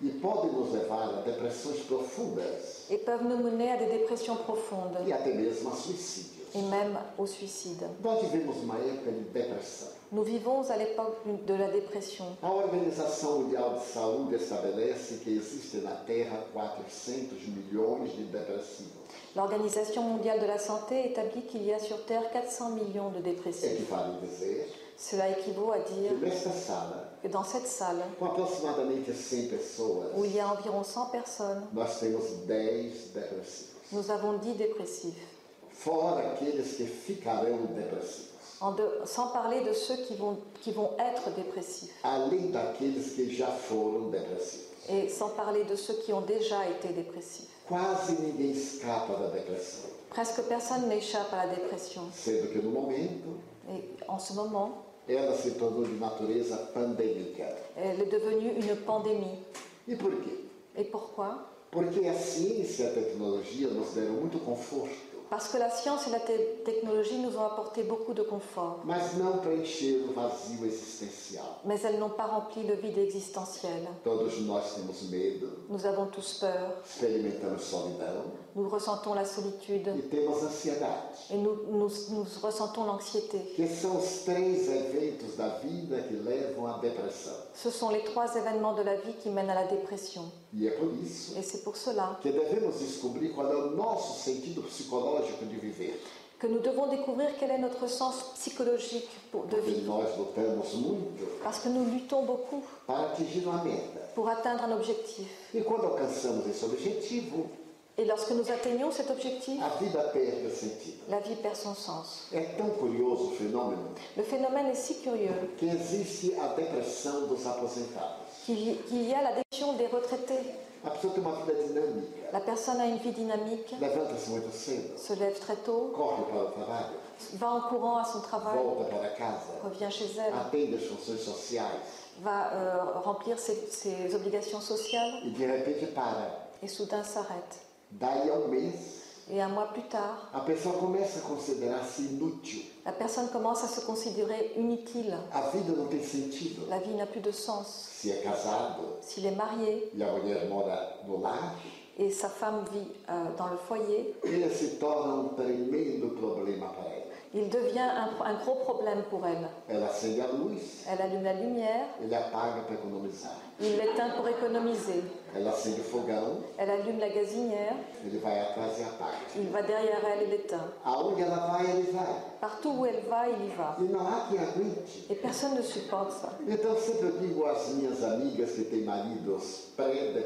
S2: e podem nos levar a depressões profundas
S3: et peuvent nous mener à des dépressions profondes
S2: e até mesmo a suicídios.
S3: et même au suicide.
S2: Nós vivemos uma época de depressão.
S3: Nous vivons à l'époque de la dépression.
S2: A Organização Mundial de Saúde estabelece que existem na Terra 400 milhões de depressivos,
S3: L'Organisation mondiale de la santé établit qu'il y a sur Terre 400 millions de dépressifs.
S2: equivale a dizer
S3: Cela équivaut à
S2: que
S3: dire
S2: nesta sala,
S3: que dans cette salle,
S2: com aproximadamente 100
S3: où
S2: pessoas,
S3: il y a environ 100 personnes,
S2: nós temos 10 depressivos,
S3: nous avons 10 dépressifs,
S2: fora aqueles que ficarão depressivos,
S3: En de- sans parler de ceux qui vont, qui vont être dépressifs
S2: além daqueles que já foram depressivos.
S3: et sans parler de ceux qui ont déjà été dépressifs.
S2: Quase ninguém escapa da depressão,
S3: Presque personne n'échappe à la dépression
S2: sendo que no momento
S3: et en ce moment,
S2: ela se tornou de natureza pandêmica.
S3: elle est devenue une pandémie.
S2: E por quê?
S3: Et pourquoi
S2: Porque a ciência e a tecnologia nos deram muito conforto,
S3: Parce que la science et la te- technologie nous ont apporté beaucoup de confort,
S2: mas não preencheram o vazio existencial.
S3: mais elles n'ont pas rempli le vide existentiel.
S2: Todos nós temos medo,
S3: Nous avons tous peur,
S2: experimentamos solidão
S3: nous ressentons la solitude
S2: e temos ansiedade,
S3: et nous, nous, nous ressentons l'anxiété.
S2: que são os três eventos da vida que levam à depressão.
S3: Ce sont les trois événements de la vie qui mènent à la dépression.
S2: E é por isso
S3: Et c'est pour cela
S2: que devemos descobrir qual é o nosso sentido psicológico de viver,
S3: que nous devons découvrir quel est notre sens psychologique pour- de
S2: porque
S3: vie.
S2: nós lutamos muito
S3: Parce que nous luttons beaucoup
S2: para atingir uma meta.
S3: pour atteindre un objectif.
S2: E quando alcançamos esse objetivo,
S3: Et lorsque nous atteignons cet objectif,
S2: a vida perde sentido.
S3: la vie perd son sens.
S2: É tão curioso o fenômeno
S3: Le phénomène est si curieux
S2: que existe a depressão dos aposentados.
S3: qu'il y, qu'il y a la dépression des retraités.
S2: A pessoa tem uma vida dinâmica,
S3: La personne a une vie dynamique,
S2: levanta-se muito cedo,
S3: se lève très tôt,
S2: corre para o trabalho,
S3: va en courant à son travail,
S2: volta para casa,
S3: revient chez elle,
S2: atende as funções sociais
S3: va euh, remplir ses, ses obligations sociales
S2: e de repente para.
S3: et soudain s'arrête.
S2: Daí a um mês,
S3: Et un mois plus tard,
S2: a pessoa começa a considerar-se inútil.
S3: la personne commence à se considérer inutile.
S2: A vida não tem sentido.
S3: La vie n'a plus de sens.
S2: Se é casado
S3: S'il est marié
S2: e a mulher mora no lar,
S3: et sa femme vit euh, dans le foyer,
S2: ele se torna um tremendo problema para ela.
S3: il devient un, un gros problème pour elle.
S2: Ela acende a luz,
S3: Elle allume la lumière,
S2: ele apaga para economizar.
S3: il l'éteint pour économiser.
S2: Ela acende o fogão,
S3: Elle allume la gazinière,
S2: ele vai atrás e apaga.
S3: il va derrière elle et l'éteint.
S2: Aonde ela vai, ele vai.
S3: Partout où elle va, il y va.
S2: E não há quem aguente.
S3: Et personne ne supporte ça.
S2: Então sempre eu digo às minhas amigas que têm maridos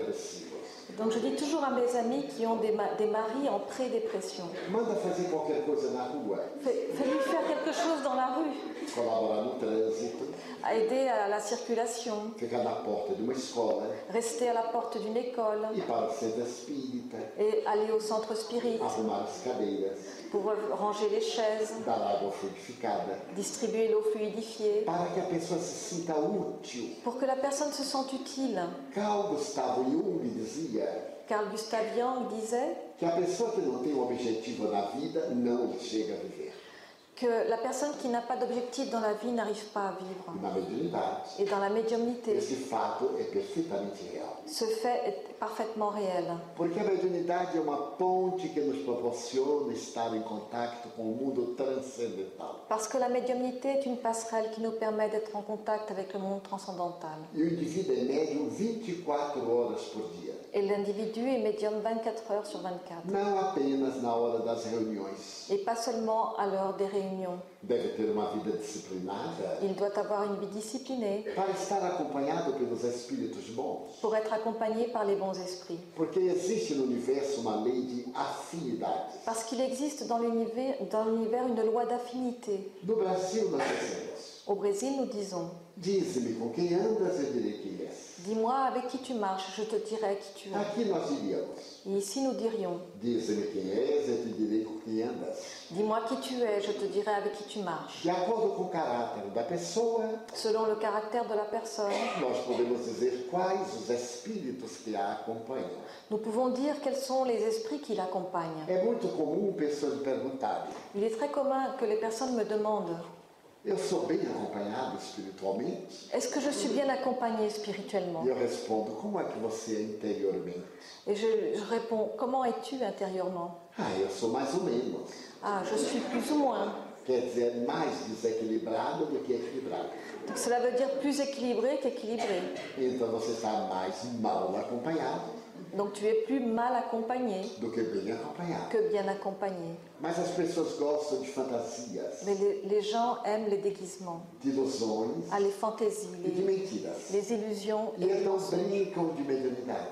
S2: pré-depressivos,
S3: Donc je dis toujours à mes amis qui ont des, ma- des maris en pré-dépression,
S2: manda fazer qualquer coisa na rua,
S3: fais- fais-lui faire quelque chose dans la rue,
S2: colaborar no trânsito,
S3: à aider à la circulation,
S2: ficar na porta de uma escola,
S3: rester à la porte d'une école
S2: ir para o centro espírita,
S3: et aller au centre spirit
S2: arrumar as cadeiras,
S3: pour ranger les chaises,
S2: dar água fluidificada,
S3: distribuer l'eau fluidifiée,
S2: para que a pessoa se sinta útil.
S3: pour que la personne se sente utile.
S2: Carl Gustavo Jung dizia
S3: Carl Gustav Jung disait
S2: que a pessoa que não tem um objetivo na vida não chega a viver.
S3: que la personne qui n'a pas d'objectif dans la vie n'arrive pas à vivre.
S2: E na mediunidade,
S3: Et dans la médiumnité,
S2: esse fato é perfeitamente real.
S3: ce fait est parfaitement réel.
S2: Porque a mediunidade é uma ponte que nos proporciona estar em contato com o mundo transcendental.
S3: Parce que la médiumnité est une passerelle qui nous permet d'être en contact avec le monde transcendantal.
S2: E o indivíduo é médium 24 horas por dia.
S3: Et l'individu est médium 24 heures sur 24.
S2: Não apenas na hora das reuniões.
S3: Et pas seulement à l'heure des réunions.
S2: Deve ter uma vida disciplinada
S3: Il doit avoir une vie disciplinée
S2: para estar acompanhado pelos espíritos bons.
S3: pour être accompagné par les bons esprits.
S2: Porque existe no universo uma lei de afinidade.
S3: Parce qu'il existe dans l'univers dans l'univers une loi d'affinité.
S2: No Brasil, nós dizemos:
S3: Au Au Brésil, nous disons
S2: Dize-me com quem andas, eu direi quem és.
S3: Dis-moi avec qui tu marches, je te dirai qui tu es.
S2: Aqui nós diríamos:
S3: Et ici, nous dirions
S2: Dize-me quem és, eu te direi com quem andas.
S3: Dis-moi qui tu es, je te dirai avec qui tu marches.
S2: De acordo com o caráter da pessoa,
S3: Selon le caractère de la personne,
S2: nós podemos dizer quais os espíritos que a acompanham.
S3: nous pouvons dire quels sont les esprits qui l'accompagnent.
S2: É muito comum pessoas me perguntarem:
S3: Il est très commun que les personnes me demandent
S2: Eu sou bem acompanhado espiritualmente?
S3: Est-ce que je suis bien accompagnée spirituellement
S2: E eu respondo: Como é que você é interiormente?
S3: Et je, je réponds Comment es-tu intérieurement
S2: Ah, eu sou mais ou menos.
S3: Ah, je suis plus ou moins.
S2: Quer dizer, mais desequilibrado do que equilibrado.
S3: Donc cela veut dire plus équilibré qu'équilibré.
S2: Então você está mais mal acompanhado
S3: Donc tu es plus mal accompagné
S2: do que bem acompanhado.
S3: que bien accompagné.
S2: Mas as pessoas gostam de fantasias,
S3: Mais les, les gens aiment les déguisements,
S2: de ilusões
S3: ah, les fantaisies,
S2: e de
S3: les,
S2: mentiras.
S3: les illusions.
S2: E então brincam de mediunidade,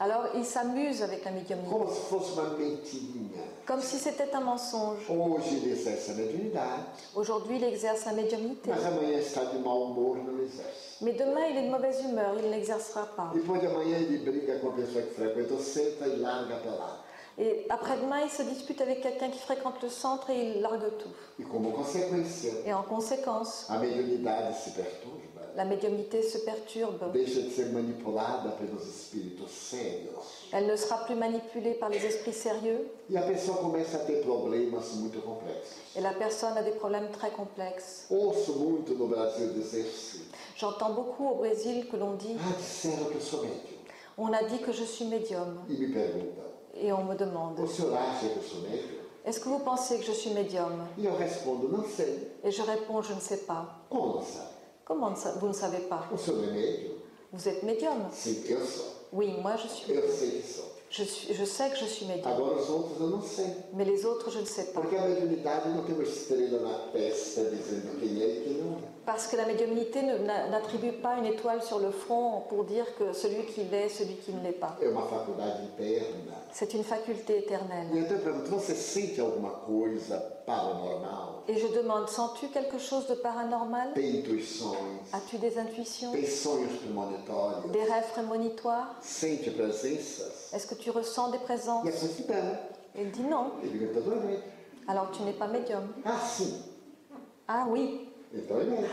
S3: Alors ils s'amusent avec la médiumnité,
S2: como se fosse uma mentirinha.
S3: comme si c'était un mensonge.
S2: Hoje ele exerce a mediunidade,
S3: Aujourd'hui il exerce la médiumnité,
S2: mas amanhã está de mau humor não exerce.
S3: mais demain il est de mauvaise humeur, il n'exercera pas.
S2: Depois de amanhã ele briga com a pessoa que frequenta o centro e larga pelado.
S3: Et après-demain, il se dispute avec quelqu'un qui fréquente le centre et il largue tout.
S2: E como consequência,
S3: Et en conséquence,
S2: a mediunidade se perturba. né?
S3: la médiumnité se perturbe.
S2: deixa de ser manipulada pelos espíritus sérios.
S3: Elle ne sera plus manipulée par les esprits sérieux
S2: E a pessoa começa a ter problemas muito complexos.
S3: et la personne a des problèmes très complexes.
S2: Ouço muito no Brasil dizer-se:
S3: J'entends beaucoup au Brésil que l'on dit
S2: Ah, disseram que eu sou médium.
S3: on a dit que je suis médium
S2: E me perguntam:
S3: et on me demande
S2: O senhor acha que eu sou médium?
S3: est-ce que vous pensez que je suis médium
S2: E eu respondo: Não sei.
S3: Et je réponds je ne sais pas.
S2: Como não sabe?
S3: Comment ne sa- vous ne savez pas
S2: O senhor é médium?
S3: Vous êtes médium
S2: Sim, eu sou.
S3: Oui, moi je suis.
S2: Eu sei que sou.
S3: Je, suis- je sais que je suis médium,
S2: Agora os outros eu não sei.
S3: mais les autres je ne sais pas.
S2: Porque a mediunidade não tem uma estrela na testa dizendo quem é e quem não é.
S3: Parce que la médiumnité ne- n'a- n'attribue pas une étoile sur le front pour dire que celui qui l'est, celui qui ne l'est pas.
S2: É uma faculdade interna.
S3: C'est une faculté éternelle.
S2: E então eu pergunto, você sente alguma coisa paranormal?
S3: Et je demande, sens-tu quelque chose de paranormal
S2: Tem intuições?
S3: As-tu des intuitions
S2: Tem sonhos premonitórios?
S3: Des rêves prémonitoires
S2: Sente presenças?
S3: Est-ce que tu ressens des
S2: E a
S3: présences
S2: pessoa que não.
S3: Il dit non,
S2: Ele digo, então não é médium.
S3: alors tu n'es pas médium.
S2: Ah, sim.
S3: Ah oui,
S2: Então é médium.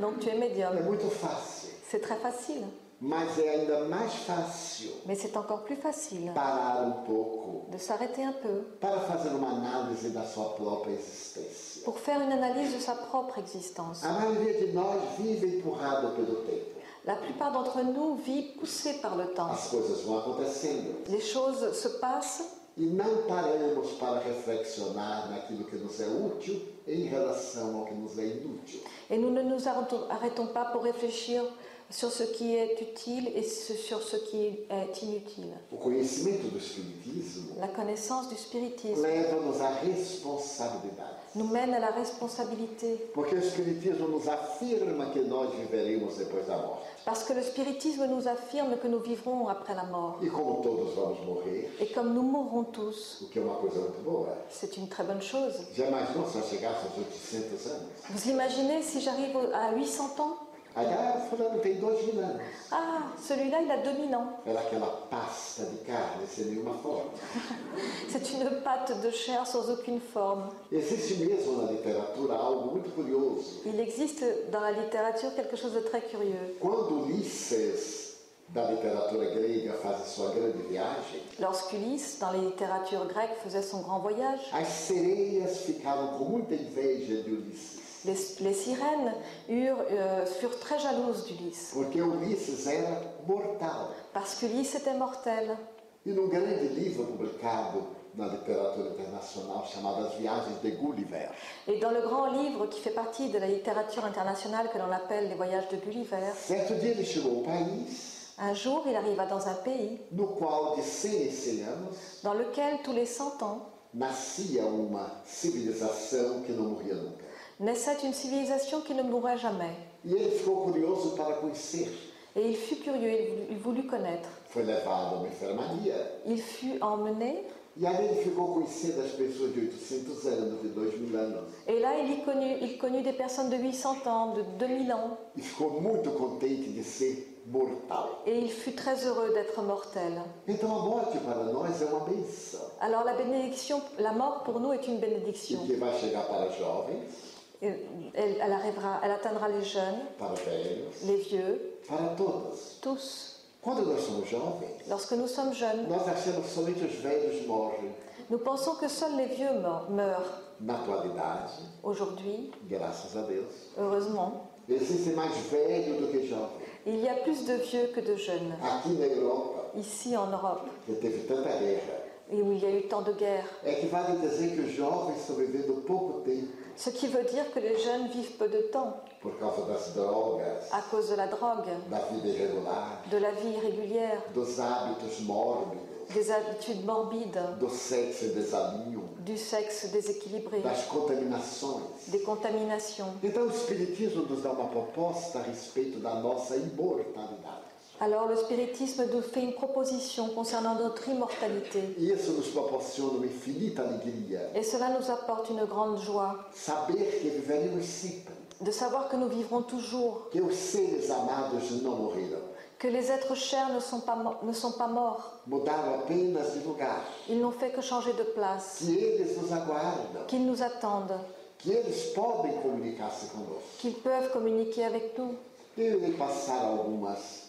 S3: donc tu es
S2: É
S3: médium.
S2: muito fácil.
S3: C'est très facile,
S2: Mas é ainda mais fácil
S3: mais c'est encore plus facile
S2: parar um pouco
S3: de s'arrêter un peu
S2: para fazer uma análise da sua própria existência.
S3: pour faire une analyse de sa propre existence.
S2: A maioria de nós vive empurrada pelo tempo.
S3: La plupart d'entre nous vit poussée par le temps.
S2: As coisas vão acontecendo.
S3: Les choses se passent
S2: E não paramos para reflexionar naquilo que nos é útil em relação ao que nos é inútil.
S3: et nous ne nous arrêtons- arrêtons pas pour réfléchir sur ce qui est utile et ce- sur ce qui est inutile.
S2: O conhecimento do Espiritismo
S3: La connaissance du spiritisme
S2: leva-nos à responsabilidade.
S3: nous mène à la responsabilité
S2: Porque o Espiritismo nos afirma que nós viveremos depois da morte.
S3: parce que le spiritisme nous affirme que nous vivrons après la mort.
S2: E como todos vamos morrer,
S3: Et comme nous mourrons tous,
S2: o que é uma coisa muito boa,
S3: c'est une très bonne chose.
S2: já imaginou se nós chegássemos aos 800 anos?
S3: Vous imaginez si j'arrive au- à 800 ans
S2: Aí, ah, fulano tem dois mil anos.
S3: Ah, celui-là, il a 2000 ans.
S2: Era aquela pasta de carne sem nenhuma forma.
S3: C'est une pâte de chair sans aucune forme.
S2: Existe mesmo na literatura algo muito curioso.
S3: Il existe dans la littérature quelque chose de très curieux.
S2: Quando Ulisses, da literatura grega, faz a sua grande viagem,
S3: Lorsqu'Ulysse, dans les littératures grecques, faisait son grand voyage,
S2: as sereias ficaram com muita inveja de Ulisses,
S3: les, les sirènes eurent, euh, furent très jalouses d'Ulysse,
S2: porque Ulisses era mortal.
S3: parce qu'Ulysse était mortel.
S2: E num grande livro publicado na literatura internacional chamado As Viagens de Gulliver,
S3: Et dans le grand livre qui fait partie de la littérature internationale que l'on appelle Les Voyages de Gulliver,
S2: certo dia ele chegou a um país
S3: un jour il arriva dans un pays
S2: no qual, de 100 em 100 anos,
S3: dans lequel, tous les 100 ans,
S2: nascia uma civilização que não morria nunca.
S3: naissait une civilisation qui ne mourrait jamais.
S2: E ele ficou curioso para conhecer.
S3: Et il fut curieux, il voulut- il voulut connaître.
S2: Foi levado a uma enfermaria
S3: Il fut emmené
S2: E E ali ele ficou conhecendo as pessoas de 800 anos, de 2 mil anos.
S3: Et là, il y connut, il connut des personnes de 800 ans, de 2000 ans,
S2: E ficou muito contente de ser mortal.
S3: et il fut très heureux d'être mortel.
S2: Então a morte para nós é uma benção.
S3: Alors la bénédiction, la mort pour nous est une
S2: E
S3: bénédiction.
S2: que vai chegar para jovens,
S3: Et Elle, elle arrivera, elle atteindra les jeunes,
S2: para velhos,
S3: les vieux,
S2: para todos.
S3: tous.
S2: Quando nós somos jovens,
S3: Lorsque nous sommes jeunes,
S2: nós achamos que somente os velhos morrem.
S3: nous pensons que seuls les vieux meur- meurent.
S2: Na atualidade,
S3: Aujourd'hui,
S2: graças a Deus,
S3: heureusement,
S2: existe é mais velho do que jovem.
S3: il y a plus de vieux que de jeunes.
S2: Aqui na Europa,
S3: Ici en Europe,
S2: que teve tanta guerra,
S3: et où il y a eu tant de guerres.
S2: é que vale dizer que os jovens estão vivendo pouco tempo
S3: Ce qui veut dire que les jeunes vivent peu de temps
S2: por causa das drogas,
S3: à cause de la drogue,
S2: da vida irregular,
S3: de la vie irrégulière,
S2: dos hábitos mórbidos,
S3: des habitudes morbides,
S2: do sexo desalinho,
S3: du sexe déséquilibré,
S2: das contaminações.
S3: des contaminations.
S2: Então o Espiritismo nos dá uma proposta a respeito da nossa imortalidade.
S3: Alors le spiritisme nous fait une proposition concernant notre immortalité
S2: E isso nos proporciona uma infinita alegria.
S3: et cela nous apporte une grande joie
S2: Saber que viveremos sempre,
S3: de savoir que nous vivrons toujours,
S2: que os seres amados não morreram,
S3: que les êtres chers ne sont pas, mo- ne sont pas morts,
S2: mudaram apenas de lugar,
S3: ils n'ont fait que changer de place,
S2: que eles nos aguardam,
S3: qu'ils nous attendent,
S2: que eles podem comunicar-se conosco.
S3: qu'ils peuvent communiquer avec nous.
S2: Eu irei passar algumas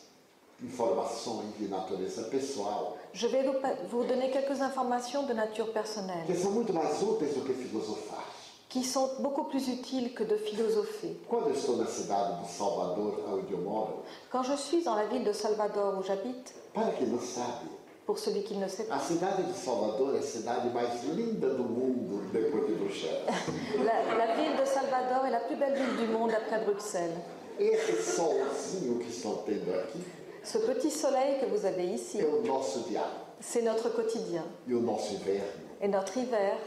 S2: informações de natureza pessoal,
S3: Je vais vous, pa- vous donner quelques informations de nature
S2: que
S3: personnelle
S2: são muito mais úteis do que filosofar.
S3: qui sont beaucoup plus utiles que de philosopher.
S2: Quando eu estou na cidade de Salvador, onde eu moro,
S3: Quand je suis dans la ville de Salvador où j'habite,
S2: para quem não sabe,
S3: pour celui qui ne le sait
S2: a
S3: pas,
S2: cidade de Salvador é a cidade mais linda do mundo depois de Bruxelas.
S3: la, la ville de Salvador est la plus belle ville du monde après Bruxelles.
S2: Esse solzinho que estão tendo aqui
S3: Ce petit soleil que vous avez ici,
S2: é o nosso diabo
S3: c'est notre quotidien
S2: e o nosso inverno,
S3: et notre hiver,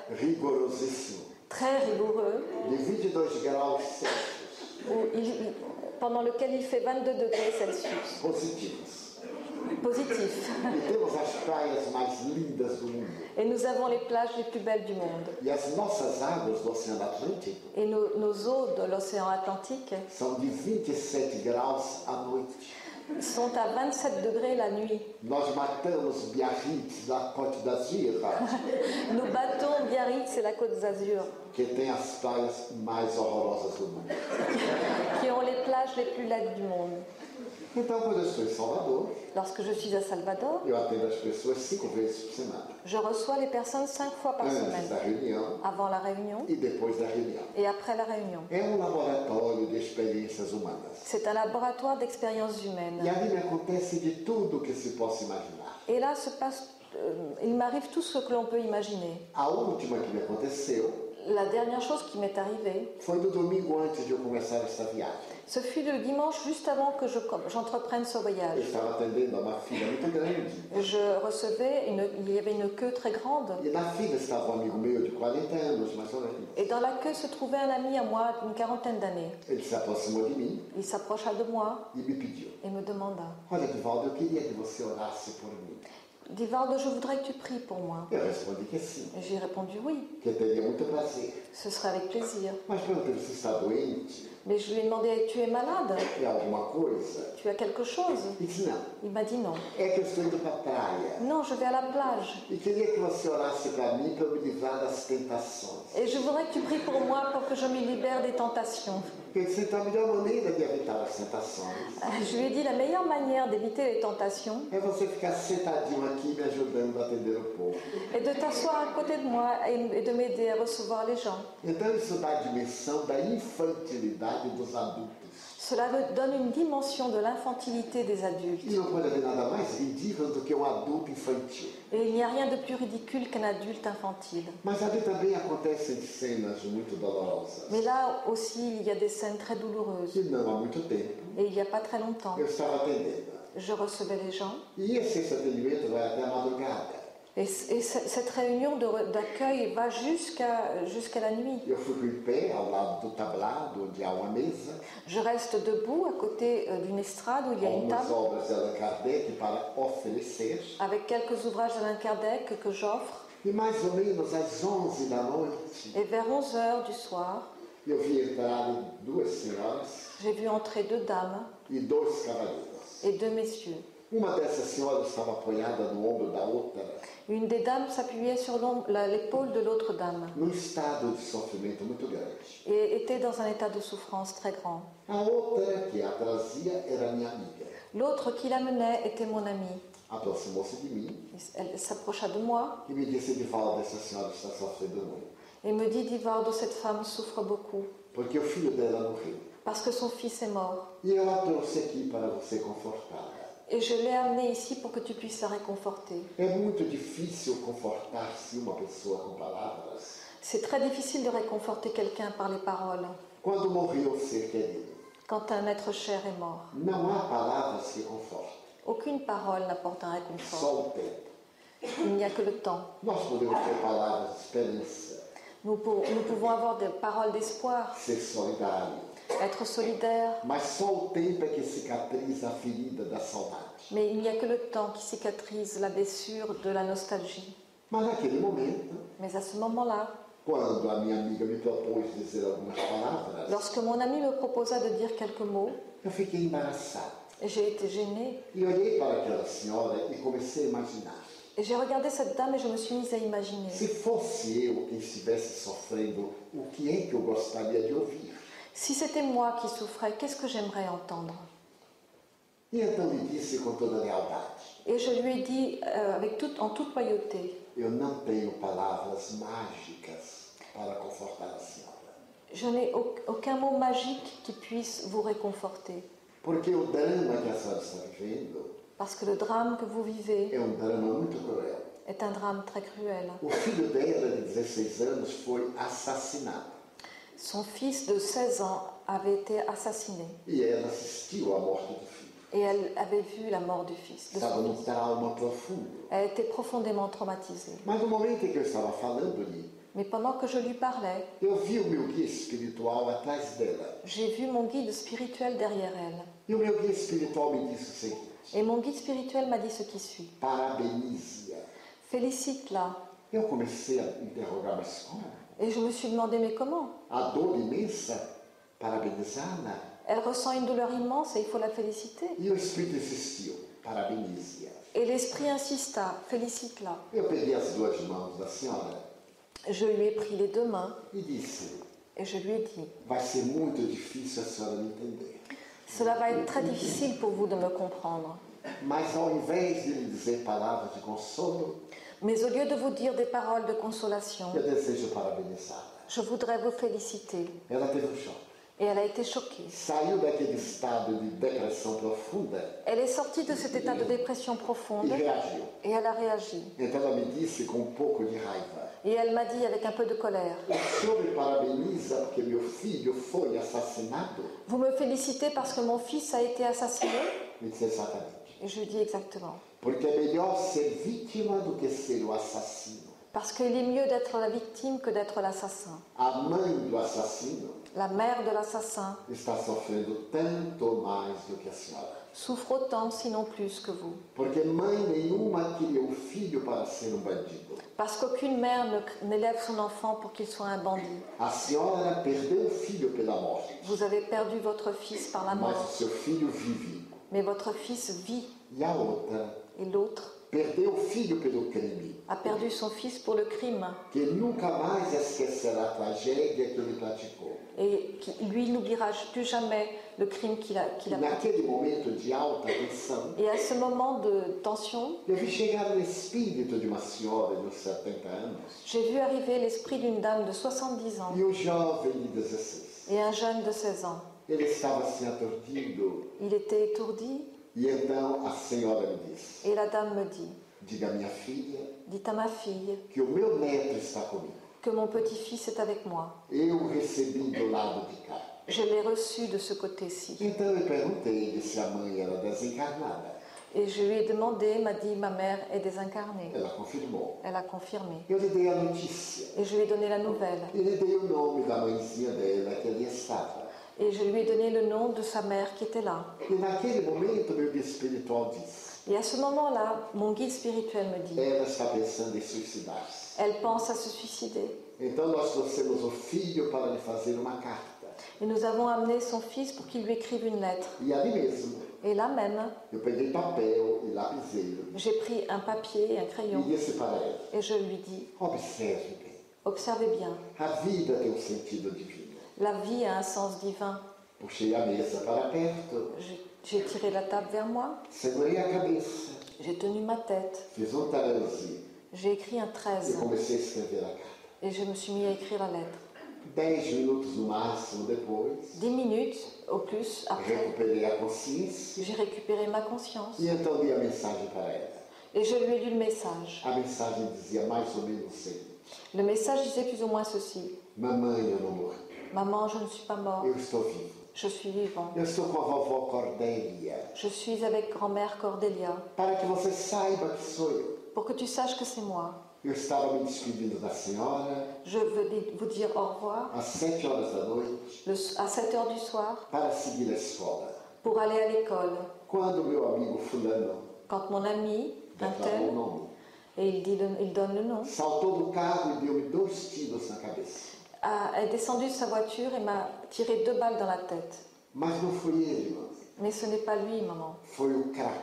S2: rigorosíssimo,
S3: très rigoureux,
S2: de 22 graus Celsius
S3: où il- pendant lequel il fait 22 degrés Celsius.
S2: positivos.
S3: Positif.
S2: E temos as praias mais lindas do mundo
S3: Et nous avons les plages les plus belles du monde.
S2: e as nossas águas do Oceano Atlântico
S3: Et nos, nos eaux de l'océan Atlantique
S2: são de 27 graus à noite.
S3: sont à 27 degrés la nuit.
S2: Nós matamos Biarritz da Côte d'Azur,
S3: Nous battons Biarritz et la Côte d'Azur,
S2: que tem as praias mais horrorosas do mundo.
S3: qui ont les plages les plus laides du monde.
S2: Então, quando eu estou em Salvador,
S3: Lorsque je suis à Salvador,
S2: eu atendo as pessoas cinco vezes por semana.
S3: je reçois les personnes cinq fois par
S2: antes
S3: semaine,
S2: da reunião
S3: avant la réunion
S2: e depois da reunião.
S3: et après la réunion.
S2: É um laboratório de experiências humanas.
S3: C'est un laboratoire d'expériences
S2: E
S3: humaines.
S2: ali me acontece de tudo o que se possa imaginar.
S3: Et là, se passe, euh, il m'arrive tout ce que l'on peut imaginer.
S2: A última que me aconteceu
S3: La dernière chose qui m'est arrivée,
S2: foi no domingo antes de eu começar essa viagem.
S3: ce fut le dimanche juste avant que je com- j'entreprenne ce
S2: Eu
S3: voyage.
S2: estava atendendo a uma fila muito grande.
S3: Je recevais, une, il y avait une queue très grande.
S2: E na fila estava um amigo meu de 40 anos, mais ou menos.
S3: Et dans la queue se trouvait un ami à moi d'une quarantaine d'années.
S2: Ele se aproximou de mim
S3: Il s'approcha de moi
S2: e me pediu.
S3: et me demanda
S2: Olha, Divaldo, eu queria que você orasse por mim.
S3: Divardo, je voudrais que tu pries pour moi.
S2: Eu respondi que sim,
S3: J'ai répondu oui,
S2: que eu teria muito prazer.
S3: ce serait avec plaisir.
S2: Mas perguntei, você está doente?
S3: Mais je lui ai demandé Tu es malade
S2: É alguma coisa?
S3: Tu as quelque chose
S2: Ele disse, não.
S3: Il m'a dit non.
S2: É que eu estou indo para a praia.
S3: Non, je vais à la plage.
S2: E queria que você orasse para mim para eu me livrar das tentações.
S3: Et je voudrais que tu pries pour moi pour que je me libère des tentations.
S2: Eu disse, então a melhor maneira de evitar as tentações
S3: Je lui ai dit La meilleure manière d'éviter les tentations
S2: é você ficar sentadinho aqui me ajudando a atender o povo.
S3: est de t'asseoir à côté de moi et et de m'aider à recevoir les gens.
S2: Então isso dá a dimensão da infantilidade dos adultos.
S3: Cela me donne une dimension de l'infantilité des adultes.
S2: E não pode haver nada mais ridículo do que um adulto infantil.
S3: Et il n'y a rien de plus ridicule qu'un adulte infantile.
S2: Mas ali também acontecem cenas muito dolorosas.
S3: Mais là aussi, il y a des scènes très douloureuses.
S2: E não há muito tempo
S3: Et il n'y a pas très longtemps,
S2: eu estava atendendo.
S3: je recevais les gens.
S2: E esse atendimento vai até a madrugada.
S3: Et, c- et c- cette réunion de re- d'accueil va jusqu'à jusqu'à la nuit.
S2: Eu fico em pé ao lado do tablado, onde há uma mesa,
S3: Je reste debout à côté euh, d'une estrade où il y a une
S2: algumas
S3: table
S2: obras de Allan Kardec para oferecer,
S3: avec quelques ouvrages d'Alain Kardec que j'offre.
S2: E mais ou menos às 11 da noite,
S3: Et vers 11 heures du soir,
S2: eu vi entrar duas senhoras
S3: j'ai vu entrer deux dames
S2: e dois cavaleiros.
S3: et deux messieurs.
S2: Uma dessas senhoras estava apoiada no ombro da outra,
S3: Une des dames s'appuyait sur l'om- la- l'épaule de l'autre dame
S2: num estado de sofrimento muito grande.
S3: et était dans un état de souffrance très grand.
S2: A outra que a trazia era minha amiga.
S3: L'autre qui l'amenait était mon amie.
S2: Aproximou-se de mim
S3: Elle s'approcha de moi
S2: e me disse, Edivaldo, essa senhora está sofrendo muito,
S3: et me dit Divardo, cette femme souffre beaucoup
S2: porque o filho dela morreu.
S3: parce que son fils est mort.
S2: E eu a trouxe aqui para você confortá-la.
S3: Et je l'ai amenée ici pour que tu puisses la réconforter.
S2: É muito difícil confortar-se uma pessoa com palavras
S3: C'est très difficile de réconforter quelqu'un par les paroles
S2: quando morreu o ser querido.
S3: quand un être cher est mort.
S2: Não há palavras que confortem,
S3: Aucune parole n'apporte un réconfort.
S2: só o tempo.
S3: Il n'y a que le temps.
S2: Nós podemos ter palavras de esperança,
S3: Nous, pour- nous pouvons avoir des paroles d'espoir,
S2: ser solidário,
S3: être solidaires,
S2: mas só o tempo é que cicatriza a ferida da saudade.
S3: mais il n'y a que le temps qui cicatrise la blessure de la nostalgie.
S2: Mas naquele momento,
S3: Mais à ce moment-là,
S2: quando a minha amiga me propôs dizer algumas palavras,
S3: lorsque mon ami me proposa de dire quelques mots,
S2: eu fiquei embaraçado
S3: j'ai été gênée
S2: e olhei para aquela senhora e comecei a imaginar.
S3: et j'ai regardé cette dame et je me suis mise à imaginer.
S2: Se fosse eu quem estivesse sofrendo, o que é que eu gostaria de ouvir?
S3: Si c'était moi qui souffrais, qu'est-ce que j'aimerais entendre
S2: E então lhe disse com toda lealdade:
S3: Et je lui ai dit euh, avec toute- en toute loyauté,
S2: Eu não tenho palavras mágicas para confortar a senhora,
S3: je n'ai au- aucun mot magique qui puisse vous réconforter,
S2: porque o drama que a senhora está vivendo
S3: parce que le drame que vous vivez
S2: é um drama muito cruel.
S3: est un drame très cruel.
S2: O filho dela, de 16 anos, foi assassinado
S3: Son fils de 16 ans avait été assassiné
S2: e ela assistiu à morte do filho.
S3: et elle avait vu la mort du fils. de son
S2: Estava num
S3: fils.
S2: trauma profundo.
S3: Elle était profondément traumatisée.
S2: Mas no momento em que eu estava falando-lhe,
S3: Mais pendant que je lui parlais,
S2: eu vi o meu guia espiritual atrás dela.
S3: j'ai vu mon guide spirituel derrière elle.
S2: E o meu guia espiritual me disse o seguinte:
S3: Et mon guide spirituel m'a dit ce qui suit.
S2: parabenize-a.
S3: Félicite-la.
S2: Eu comecei a interrogar, mas como?
S3: Et je me suis demandé, mais comment
S2: A dor imensa, parabenizá-la.
S3: Elle ressent une douleur immense et il faut la féliciter.
S2: E o Espírito insistiu: parabenize-a.
S3: Et l'esprit insista, félicite-la.
S2: Eu peguei as duas mãos da senhora
S3: Je lui ai pris les deux mains
S2: e disse:
S3: et je lui ai dit,
S2: vai ser muito difícil a senhora me entender.
S3: cela va être très difficile pour vous de me comprendre.
S2: Mas ao invés de lhe dizer palavras de consolo,
S3: Mais au lieu de vous dire des paroles de consolation,
S2: eu desejo parabenizá-la.
S3: je voudrais vous féliciter.
S2: Ela teve um choque.
S3: Et elle a été choquée.
S2: Saiu daquele estado de depressão profunda
S3: Elle est sortie de cet état de dépression profonde
S2: e reagiu.
S3: et elle a réagi.
S2: Então ela me disse com um pouco de raiva:
S3: Et elle m'a dit avec un peu de colère,
S2: O senhor me parabeniza porque meu filho foi assassinado?
S3: vous me félicitez parce que mon fils a été assassiné
S2: Me disse exatamente.
S3: Et je lui dis exactement.
S2: Porque é melhor ser vítima do que ser o assassino.
S3: Parce qu'il est mieux d'être la victime que d'être l'assassin.
S2: A mãe do assassino
S3: La mère de l'assassin
S2: está sofrendo tanto mais do que a senhora.
S3: souffre autant, sinon plus que vous.
S2: Porque mãe nenhuma queria um filho para ser um bandido.
S3: Parce qu'aucune mère ne- n'élève son enfant pour qu'il soit un bandit.
S2: A senhora perdeu o filho pela morte,
S3: Vous avez perdu votre fils par la
S2: mas o
S3: mort,
S2: seu filho vive.
S3: mais votre fils vit.
S2: E a outra
S3: Et l'autre
S2: perdeu o filho pelo crime,
S3: a perdu son fils pour le crime.
S2: que nunca mais esquecerá a tragédia que ele praticou.
S3: Et qui, lui n'oubliera plus jamais le crime qu'il a, qu'il
S2: E
S3: a commis.
S2: naquele momento de alta tensão,
S3: Et à ce moment de tension,
S2: eu vi chegar o espírito de uma senhora de uns 70 anos
S3: j'ai vu arriver l'esprit d'une dame de 70 ans
S2: e um jovem de 16.
S3: et un jeune de 16 ans.
S2: Ele estava assim aturdido
S3: Il était étourdi
S2: e então a senhora me disse:
S3: et la dame me dit
S2: Diga à minha filha
S3: Dites à ma fille
S2: que o meu neto está comigo.
S3: que mon petit-fils est avec moi.
S2: Eu o recebi do lado de cá.
S3: Je l'ai reçu de ce côté-ci.
S2: Então eu perguntei-lhe se a mãe era desencarnada.
S3: Et je lui ai demandé, m'a dit Ma mère est désincarnée.
S2: Ela confirmou.
S3: Elle a confirmé.
S2: Eu lhe dei a notícia.
S3: Et je lui ai donné la nouvelle.
S2: E lhe dei o nome da mãezinha dela que ali estava.
S3: Et je lui ai donné le nom de sa mère qui était là.
S2: E naquele momento meu guia espiritual disse:
S3: Et à ce moment-là, mon guide spirituel me dit
S2: Ela está pensando em suicidar-se.
S3: Elle pense à se suicider.
S2: Então nós trouxemos o filho para lhe fazer uma carta.
S3: Et nous avons amené son fils pour qu'il lui écrive une lettre.
S2: E ali mesmo,
S3: Et là même,
S2: eu peguei papel e lapiseiro
S3: j'ai pris un papier et un
S2: e
S3: crayon
S2: disse para ela:
S3: et je lui dis
S2: Observe bem,
S3: Observez bien,
S2: a vida tem um sentido divino.
S3: la vie a un sens divin.
S2: Puxei a mesa para perto,
S3: J'ai- J'ai tiré la table vers moi,
S2: segurei a cabeça,
S3: j'ai tenu ma tête,
S2: fiz um transe
S3: j'ai écrit un
S2: e
S3: 13
S2: comecei a escrever a carta.
S3: et je me suis mis à écrire la lettre.
S2: Dez minutos no máximo depois,
S3: Dix minutes au plus après,
S2: recuperei a consciência
S3: j'ai récupéré ma conscience
S2: e então dei a mensagem para ela.
S3: et je lui ai lu le message.
S2: A mensagem dizia mais ou menos o seguinte:
S3: Le message disait plus ou moins ceci
S2: Mamãe, eu não morri,
S3: Maman, je ne suis pas mort,
S2: eu estou vivo.
S3: je suis vivant.
S2: Eu estou com a vovó Cordélia,
S3: Je suis avec grand-mère Cordélia
S2: para que você saiba que sou eu.
S3: pour que tu saches que c'est moi.
S2: Eu estava me despedindo da senhora
S3: Je veux di- vous dire au revoir
S2: às sete horas da noite
S3: le s- à 7 heures du soir
S2: para seguir a escola.
S3: pour aller à l'école.
S2: Quando meu amigo fulano,
S3: Quand mon ami, un
S2: declarou o
S3: tel,
S2: nome,
S3: et il, dit le- il donne le nom,
S2: saltou do carro e deu-me dois tiros na cabeça.
S3: a- est descendu de sa voiture et m'a tiré deux balles dans la tête.
S2: Mas não foi ele, mãe.
S3: Mais ce n'est pas lui, maman.
S2: Foi o crack.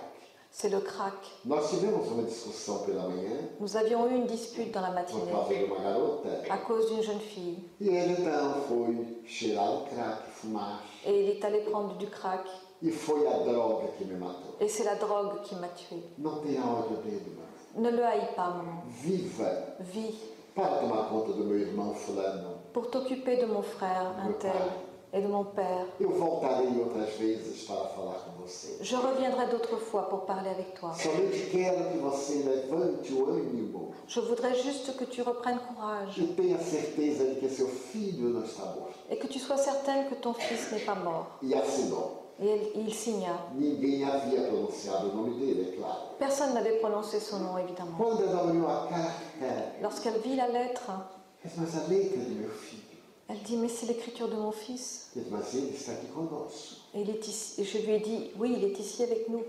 S3: C'est le crack.
S2: Nós tivemos uma discussão pela manhã
S3: Nous avions eu une dispute dans la
S2: por
S3: matinée
S2: causa de uma garota.
S3: à cause d'une jeune fille.
S2: E ele então foi cheirar o crack, fumar.
S3: Et il est allé prendre du crack.
S2: E foi a droga que me matou.
S3: Et c'est la drogue qui m'a tuée.
S2: Não tenha ódio dele, mãe.
S3: Ne le haïs pas, maman.
S2: Viva
S3: Vis
S2: para tomar conta do meu irmão fulano.
S3: pour t'occuper de mon frère, un tel, et de mon père.
S2: Eu voltarei outras vezes para falar com você.
S3: Je reviendrai d'autres fois pour parler avec toi.
S2: Somente quero que você levante o ânimo
S3: Je voudrais juste que tu reprennes courage
S2: e tenha certeza de que seu filho não está morto.
S3: et que tu sois certaine que ton fils n'est pas mort.
S2: E assinou.
S3: Et elle- il signa.
S2: Ninguém havia pronunciado o nome dele, é claro.
S3: Personne n'avait prononcé son nom, évidemment.
S2: Quando ela olhou a carta,
S3: Lorsqu'elle vit la lettre,
S2: disse, mas a letra do meu filho.
S3: elle dit Mais c'est l'écriture de mon fils.
S2: Disse, mas ele está aqui conosco.
S3: Et il est ici. Et je lui ai dit Oui, il est ici avec nous.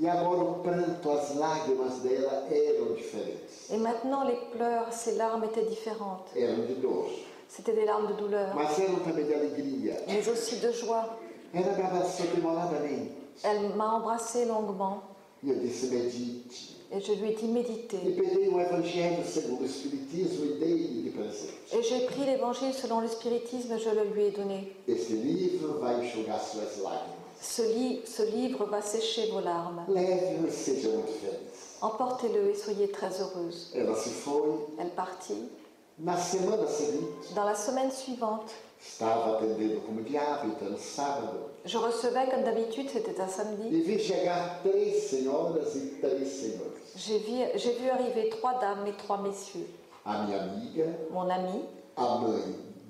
S2: E agora o pranto, as lágrimas dela eram diferentes.
S3: Et maintenant, les pleurs, ses larmes étaient différentes.
S2: Eram de dor,
S3: C'était des larmes de douleur,
S2: mas eram também de alegria.
S3: mais aussi de joie.
S2: Ela me abraçou demoradamente.
S3: Elle m'a embrassée longuement
S2: E eu disse, medite.
S3: et je lui ai dit
S2: E
S3: Méditez.
S2: peguei o Evangelho segundo o Espiritisme e dei-lhe de presente.
S3: Et j'ai pris l'évangile selon le spiritisme et je le lui ai donné.
S2: Este livro vai enxugar suas lágrimas.
S3: Ce, li- ce livre va sécher vos larmes.
S2: Leve-o e seja muito feliz.
S3: Emportez-le et soyez très heureuse.
S2: Ela se foi.
S3: Elle partit.
S2: Na semana seguinte,
S3: Dans la semaine suivante,
S2: estava atendendo como de hábito, era um sábado.
S3: je recevais, comme d'habitude, c'était un
S2: E
S3: samedi,
S2: vi chegar três senhoras e três senhores.
S3: j'ai vu, j'ai vu arriver trois dames et trois messieurs.
S2: A minha amiga,
S3: Mon amie,
S2: a mãe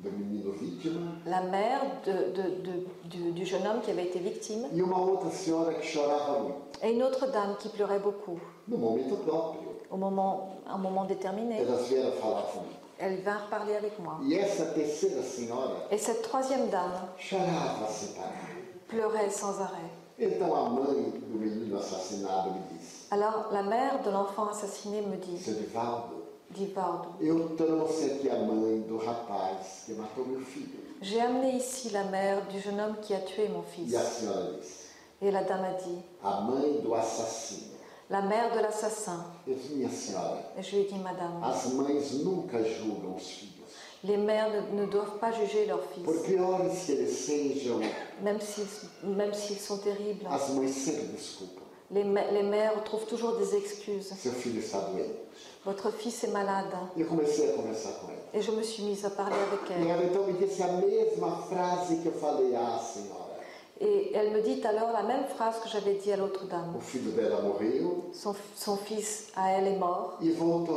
S2: do menino vítima
S3: la mère de- de- de- du, du jeune homme qui avait été victime,
S2: e uma outra senhora que chorava muito.
S3: et une autre dame qui pleurait beaucoup.
S2: No momento próprio,
S3: Au moment, à un moment déterminé,
S2: elas vieram falar comigo.
S3: elles vinrent parler avec moi.
S2: E essa terceira senhora
S3: Et cette troisième dame
S2: chorava sem parar.
S3: pleurait sans arrêt.
S2: Então a mãe do menino assassinado me disse:
S3: Alors la mère de l'enfant assassiné me dit,
S2: Seu Divaldo,
S3: dit Vardo,
S2: eu trouxe aqui a mãe do rapaz que matou meu filho.
S3: J'ai amené ici la mère du jeune homme qui a tué mon fils.
S2: E a senhora disse:
S3: Et la dame a dit,
S2: A mãe do assassino.
S3: la mère de l'assassin.
S2: Eu disse: Minha senhora,
S3: Et je lui ai dit, madame,
S2: as mães nunca julgam os filhos.
S3: les mères ne, ne doivent pas juger leurs
S2: Por
S3: fils,
S2: piores que eles sejam,
S3: même s'ils même s'ils sont terribles.
S2: as mães sempre desculpam.
S3: Les, ma- les mères trouvent toujours des excuses.
S2: Seu filho está doente.
S3: Votre fils est malade. hein.
S2: Eu comecei a conversar com ela.
S3: Et je me suis mise à parler avec
S2: E
S3: elle.
S2: ela então me disse a mesma frase que eu falei à senhora.
S3: Et elle me dit alors la même phrase que j'avais dit à l'autre
S2: O
S3: dame.
S2: filho dela morreu
S3: Son, son fils, à elle, est mort.
S2: e voltou.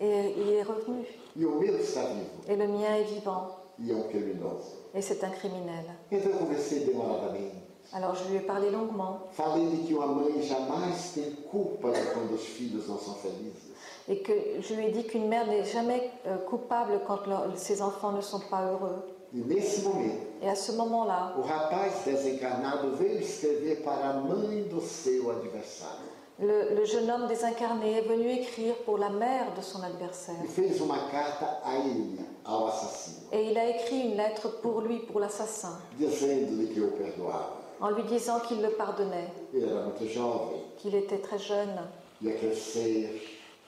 S3: Et il est revenu.
S2: E o meu está vivo.
S3: Et le mien est vivant.
S2: E é um criminoso.
S3: Et c'est un criminel.
S2: Então eu conversei demoradamente.
S3: Alors je lui ai parlé longuement.
S2: Falei de que uma mãe jamais tem culpa de quando os filhos não são felizes.
S3: et que je lui ai dit qu'une mère n'est jamais euh, coupable quand leur- ses enfants ne sont pas heureux.
S2: E nesse momento,
S3: Et à ce moment-là,
S2: o rapaz desencarnado veio escrever para a mãe do seu adversário.
S3: Le, le jeune homme désincarné est venu écrire pour la mère de son adversaire.
S2: E fez uma carta a ele, ao assassino,
S3: Et il a écrit une lettre pour lui, pour l'assassin,
S2: dizendo-lhe que o perdoava.
S3: en lui disant qu'il le pardonnait,
S2: Ele era muito jovem,
S3: qu'il était très jeune,
S2: ia crescer,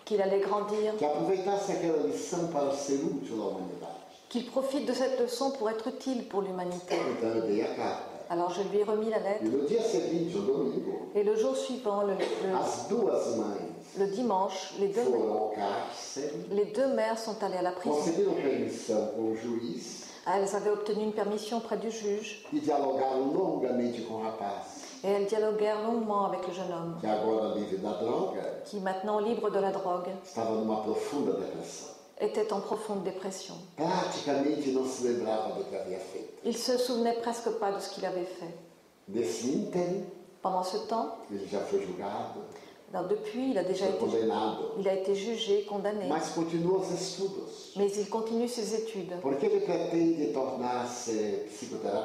S3: qu'il allait grandir,
S2: que aproveitasse aquela lição para ser útil à humanidade.
S3: qu'il profite de cette leçon pour être utile pour l'humanité.
S2: Então eu dei a carta.
S3: Alors je lui ai remis la
S2: E
S3: lettre
S2: no dia seguinte, no domingo,
S3: et le jour suivant, le, le-
S2: as duas mães
S3: le dimanche, les deux,
S2: foram ao cárcere,
S3: les deux mères sont allées à la prison.
S2: conseguiram permissão com o juiz
S3: Elles avaient obtenu une permission auprès du juge
S2: e dialogaram longamente com o rapaz,
S3: et elles dialoguèrent longuement avec le jeune homme,
S2: que agora livre da droga,
S3: qui maintenant libre de la drogue
S2: estava numa profunda depressão.
S3: était en profonde dépression.
S2: Praticamente não se lembrava do que havia feito.
S3: Il se souvenait presque pas de ce qu'il avait fait.
S2: Nesse ínterim,
S3: Pendant ce temps,
S2: ele já foi julgado,
S3: alors depuis, il a déjà
S2: foi
S3: été,
S2: condenado,
S3: il a été jugé, condamné,
S2: mas continua os estudos,
S3: mais il continue ses études
S2: porque ele pretende tornar-se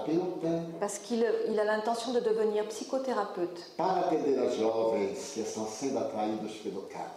S2: psicoterapeuta
S3: parce qu'il il a l'intention de devenir psychothérapeute
S2: para atender as jovens que estão sendo atraídos pelo crack.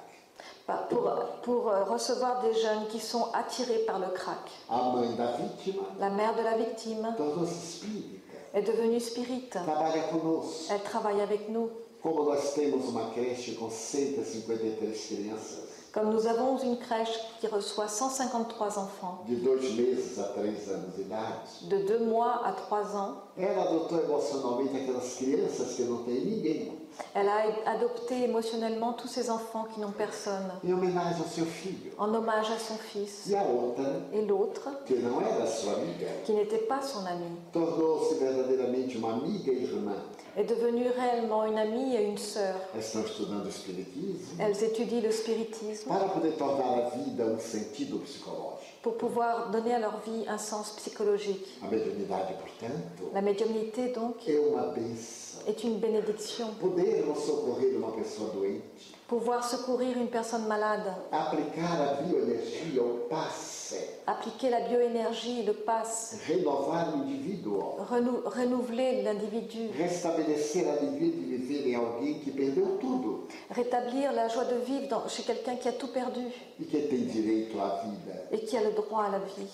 S3: pa- pour, pour euh, recevoir des jeunes qui sont attirés par le crack.
S2: A mãe da vítima
S3: La mère de la victime
S2: tornou-se espírita,
S3: est devenue spirite.
S2: trabalha conosco.
S3: Elle travaille avec nous.
S2: Como nós temos uma creche com 153 crianças,
S3: Comme nous avons une crèche qui reçoit 153 enfants
S2: de dois meses a três anos de idade,
S3: de 2 mois à 3 ans,
S2: ela adotou emocionalmente aquelas crianças que não têm ninguém,
S3: elle a adopté émotionnellement tous ces enfants qui n'ont personne
S2: em homenagem ao seu filho.
S3: en hommage à son fils.
S2: E a outra,
S3: Et l'autre,
S2: que não era sua amiga,
S3: qui n'était pas son amie,
S2: tornou-se verdadeiramente uma amiga e irmã.
S3: est devenue réellement une amie et une sœur.
S2: Elas estão estudando espiritismo
S3: Elles étudient le spiritisme
S2: para poder tornar a vida um sentido psicológico.
S3: pour pouvoir donner à leur vie un sens psychologique.
S2: A mediunidade, portanto,
S3: La médiumnité, donc,
S2: é uma benção.
S3: est une bénédiction.
S2: Podermos socorrer uma pessoa doente
S3: Pouvoir secourir une personne malade,
S2: aplicar a bioenergia ao passe,
S3: appliquer la bioénergie, le passe,
S2: renovar o indivíduo,
S3: renou- renouveler l'individu,
S2: restabelecer a alegria de viver em alguém que perdeu tudo
S3: rétablir la joie de vivre dans- chez quelqu'un qui a tout perdu
S2: e que tem direito à vida,
S3: et qui a le droit à la vie,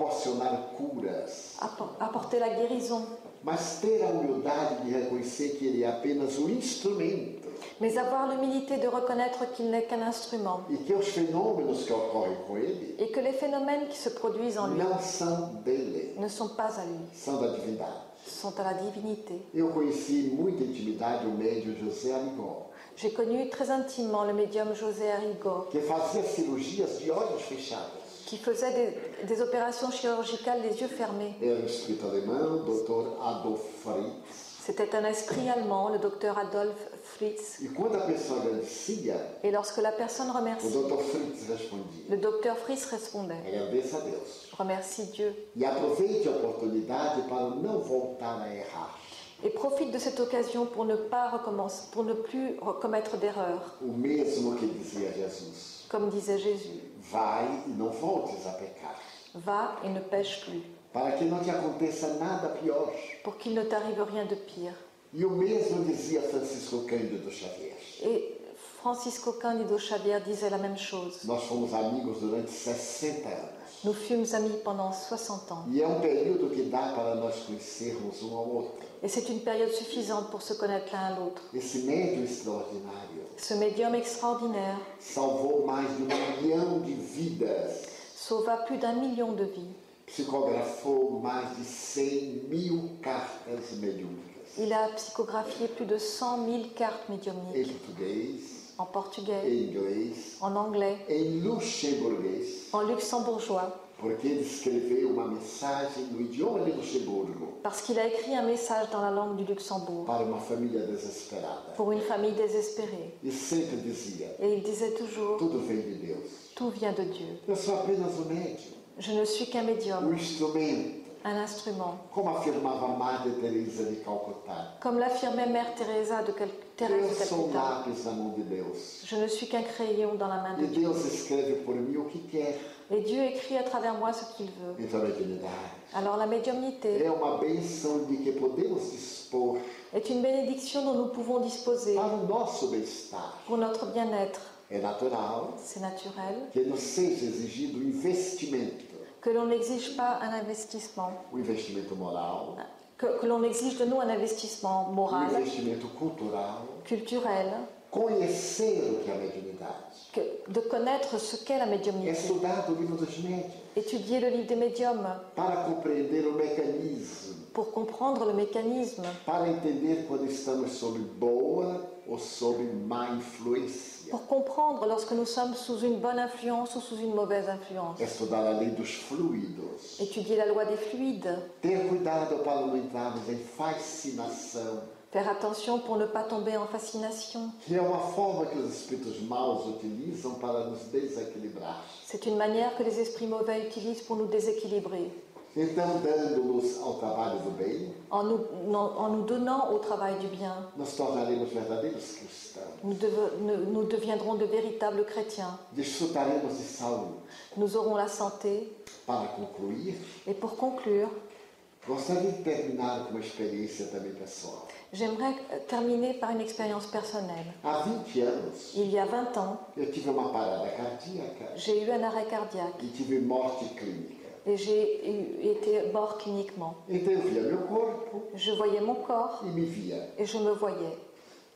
S2: proporcionar curas,
S3: Appo- apporter la guérison,
S2: mas ter a humildade de reconhecer que ele é apenas um instrumento
S3: mais avoir l'humilité de reconnaître qu'il n'est qu'un instrument
S2: e que os fenômenos que ocorrem com ele
S3: et que les phénomènes qui se produisent en lui
S2: não são dele,
S3: ne sont pas à lui,
S2: são da divindade.
S3: sont à la divinité.
S2: Eu conheci em muita intimidade o médium José Amigol,
S3: J'ai connu très intimement le médium José Arrigo,
S2: que fazia cirurgias de olhos fechados.
S3: qui faisait des, des opérations chirurgicales les yeux fermés.
S2: Era um espírito alemão, Dr. Adolf Fritz.
S3: C'était un esprit allemand, le docteur Adolf Fritz.
S2: E quando a pessoa agradecia,
S3: Et lorsque la personne
S2: o
S3: remercie,
S2: Dr. Fritz respondia:
S3: le docteur Fritz répondait
S2: Agradeça a Deus.
S3: Je remercie Dieu.
S2: E aproveite a oportunidade para não voltar a errar.
S3: Et profite de cette occasion pour ne, pas recommencer, pour ne plus re- commettre d'erreurs,
S2: O mesmo que dizia Jesus:
S3: comme disait Jésus.
S2: Vai e não voltes a pecar,
S3: Va et ne pêche plus,
S2: para que não te aconteça nada pior.
S3: pour qu'il ne t'arrive rien de pire.
S2: E o mesmo dizia Francisco Cândido Xavier.
S3: Et Francisco Candido Xavier disait la même chose.
S2: Nós fomos amigos durante 60 anos.
S3: Nous fûmes amis pendant 60 ans.
S2: E é um período que dá para nós conhecermos um ao outro.
S3: Et c'est une période suffisante pour se connaître l'un à l'autre.
S2: Esse médium extraordinário
S3: Ce médium extraordinaire
S2: salvou mais de um milhão de vidas,
S3: sauva plus d'un million de vies.
S2: psicografou mais de 100 mil cartas mediúnicas,
S3: Il a psychographié plus de 100 000 cartes
S2: em
S3: médiumniques
S2: português,
S3: en portugais,
S2: em inglês,
S3: en anglais,
S2: em É luxemburguês,
S3: en luxembourgeois,
S2: porque ele escreveu uma mensagem no idioma de Luxemburgo
S3: parce qu'il a écrit un message dans la langue du Luxembourg
S2: para uma família desesperada.
S3: pour une famille désespérée.
S2: E sempre dizia:
S3: Et il disait toujours
S2: tudo vem de Deus.
S3: Tout vient de Dieu.
S2: Eu sou apenas um médium,
S3: Je ne suis qu'un
S2: um
S3: médium,
S2: instrumento,
S3: un instrument.
S2: como afirmava a Madre Teresa de Calcutá.
S3: Comme l'affirmait Mère Teresa de Cal-
S2: Eu
S3: Thérèse de
S2: sou um
S3: Calcutta,
S2: lápis na mão de Deus.
S3: je ne suis qu'un crayon dans la main
S2: E
S3: de Dieu.
S2: Deus escreve por mim o que quer.
S3: Et Dieu écrit à travers moi ce qu'il veut.
S2: Então, a dignidade
S3: Alors la médiumnité
S2: é uma benção de que podemos dispor
S3: est est une bénédiction dont nous pouvons disposer
S2: para o nosso bem-estar.
S3: pour notre bien-être.
S2: É natural
S3: C'est naturel.
S2: que é nos seja exigido investimento,
S3: Que l'on n'exige pas un investissement.
S2: o investimento moral,
S3: Que, que l'on exige de nous un investissement
S2: o
S3: moral,
S2: investimento cultural,
S3: culturel,
S2: conhecer o que é a mediunidade, É
S3: que- de connaître ce qu'est la médiumnité.
S2: estudar o livro dos médiuns,
S3: Étudier le livre des médiums
S2: para compreender o mecanismo,
S3: pour comprendre le mécanisme,
S2: para entender quando estamos sob boa ou sob má influência.
S3: pour comprendre lorsque nous sommes sous une bonne influence ou sous une mauvaise influence.
S2: É estudar a lei dos fluidos,
S3: Étudier la loi des fluides,
S2: ter cuidado para não entrarmos em fascinação,
S3: faire attention pour ne pas tomber en fascination.
S2: que é uma forma que os espíritos maus utilizam para nos desequilibrar.
S3: C'est une manière que les esprits mauvais utilisent pour nous déséquilibrer,
S2: Então, dando-nos ao trabalho do bem,
S3: en nous, en nous donnant au travail du bien.
S2: nos tornaremos verdadeiros cristãos,
S3: Nous, deve- nous- nous deviendrons de véritables chrétiens.
S2: desfrutaremos de saúde.
S3: Nous aurons la santé.
S2: Para concluir,
S3: Et pour conclure,
S2: gostaria de terminar com uma experiência também pessoal.
S3: j'aimerais euh, terminer par une expérience personnelle.
S2: Há 20 anos,
S3: Il y a 20 ans,
S2: eu tive uma parada cardíaca
S3: j'ai eu un arrêt cardiaque
S2: e tive morte clínica.
S3: et j'ai eu- été mort cliniquement.
S2: Então, eu via meu corpo
S3: Je voyais mon corps
S2: e me via.
S3: et je me voyais.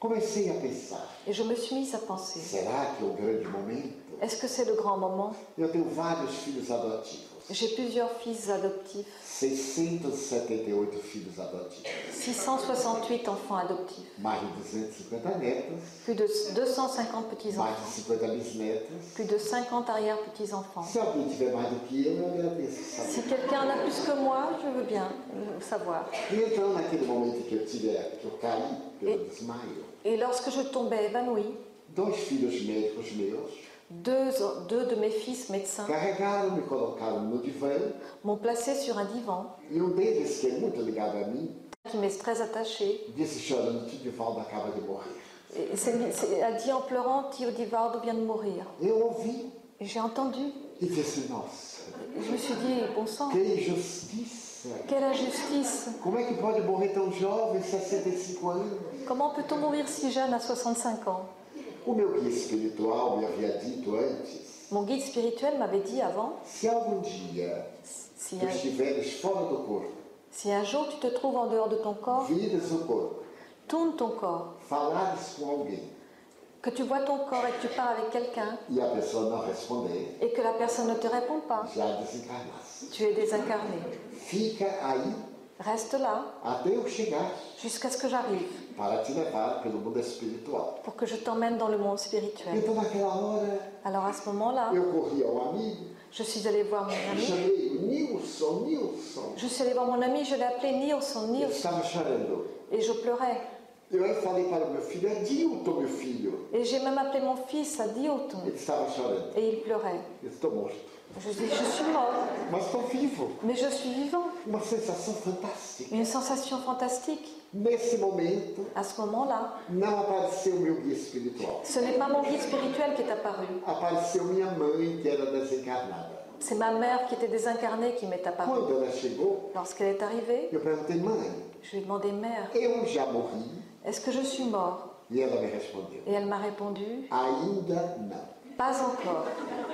S2: Comecei a pensar,
S3: Et je me suis mise à penser,
S2: será que é o grande momento?
S3: est-ce que c'est le grand moment
S2: Eu tenho vários filhos adotivos.
S3: J'ai plusieurs fils adoptifs,
S2: 678 filhos adotivos.
S3: 668 enfants adoptifs,
S2: Mais de 250 netos,
S3: plus de 250 petits-enfants,
S2: mais de 50 bisnetos.
S3: plus de 50 arrière-petits-enfants.
S2: Se alguém tiver mais do que eu, eu agradeço. sabe?
S3: Si quelqu'un en a plus que moi, je veux bien le savoir.
S2: E então, naquele momento que eu tive, que eu caí pelo desmaio,
S3: Et lorsque je tombais évanouie,
S2: dois filhos médicos meus
S3: deux, deux de mes fils médecins
S2: carregaram, me colocaram no divã
S3: m'ont placée sur un divan
S2: e um deles, que é muito ligado a mim,
S3: qui m'est très attaché
S2: disse chorando, Tidivaldo acaba de morrer.
S3: et s'est- s'est- a dit en pleurant Théodivardo vient de mourir.
S2: Eu ouvi
S3: Et J'ai entendu.
S2: E disse, nossa,
S3: Et Je me suis dit, bon sang,
S2: que injustiça!
S3: quelle injustice
S2: Como é que pode morrer tão jovem, 65 anos?
S3: Comment peut-on mourir si jeune à 65 ans
S2: O meu guia espiritual me havia dito antes,
S3: Mon guide spirituel m'avait dit avant,
S2: se algum dia
S3: si
S2: tu
S3: un,
S2: estiveres fora do corpo,
S3: si un jour tu te trouves en dehors de ton corps,
S2: vires o corpo,
S3: tourne ton corps,
S2: falares com alguém
S3: que tu vois ton corps et que tu pars avec quelqu'un
S2: e a pessoa não responder,
S3: et que la personne ne te répond pas,
S2: já desencarnasse.
S3: tu es désincarné.
S2: Fica aí
S3: Reste là
S2: até eu chegar
S3: jusqu'à ce que j'arrive
S2: para te levar pelo mundo espiritual.
S3: pour que je t'emmène dans le monde spirituel.
S2: Então naquela hora
S3: Alors à ce moment-là,
S2: eu corri ao amigo,
S3: je suis allée voir mon
S2: e
S3: ami.
S2: chamei o Nilson, Nilson.
S3: Je suis allée voir mon ami, je l'ai appelé Nilsson,
S2: Ele
S3: Nilsson,
S2: estava chorando.
S3: et je pleurais.
S2: Eu aí falei para o meu filho, é Dilton, meu filho.
S3: Et j'ai même appelé mon fils à Dioton,
S2: Ele estava chorando.
S3: et il pleurait.
S2: Eu estou morto.
S3: Je dis, je suis mort,
S2: Mas estou vivo.
S3: mais je suis vivant.
S2: Uma sensação fantástica.
S3: Une sensation fantastique.
S2: Nesse momento,
S3: À ce moment-là,
S2: não apareceu meu guia espiritual.
S3: ce n'est pas mon guide spirituel qui est apparu,
S2: Apareceu minha mãe, que era desencarnada.
S3: c'est ma mère qui était désincarnée qui m'est apparue.
S2: Quando ela chegou,
S3: Lorsqu'elle est arrivée,
S2: eu perguntei, mãe,
S3: je lui ai demandé Mère,
S2: eu já morri?
S3: est-ce que je suis mort
S2: E ela me respondeu,
S3: Et elle m'a répondu
S2: ainda não.
S3: Pas encore.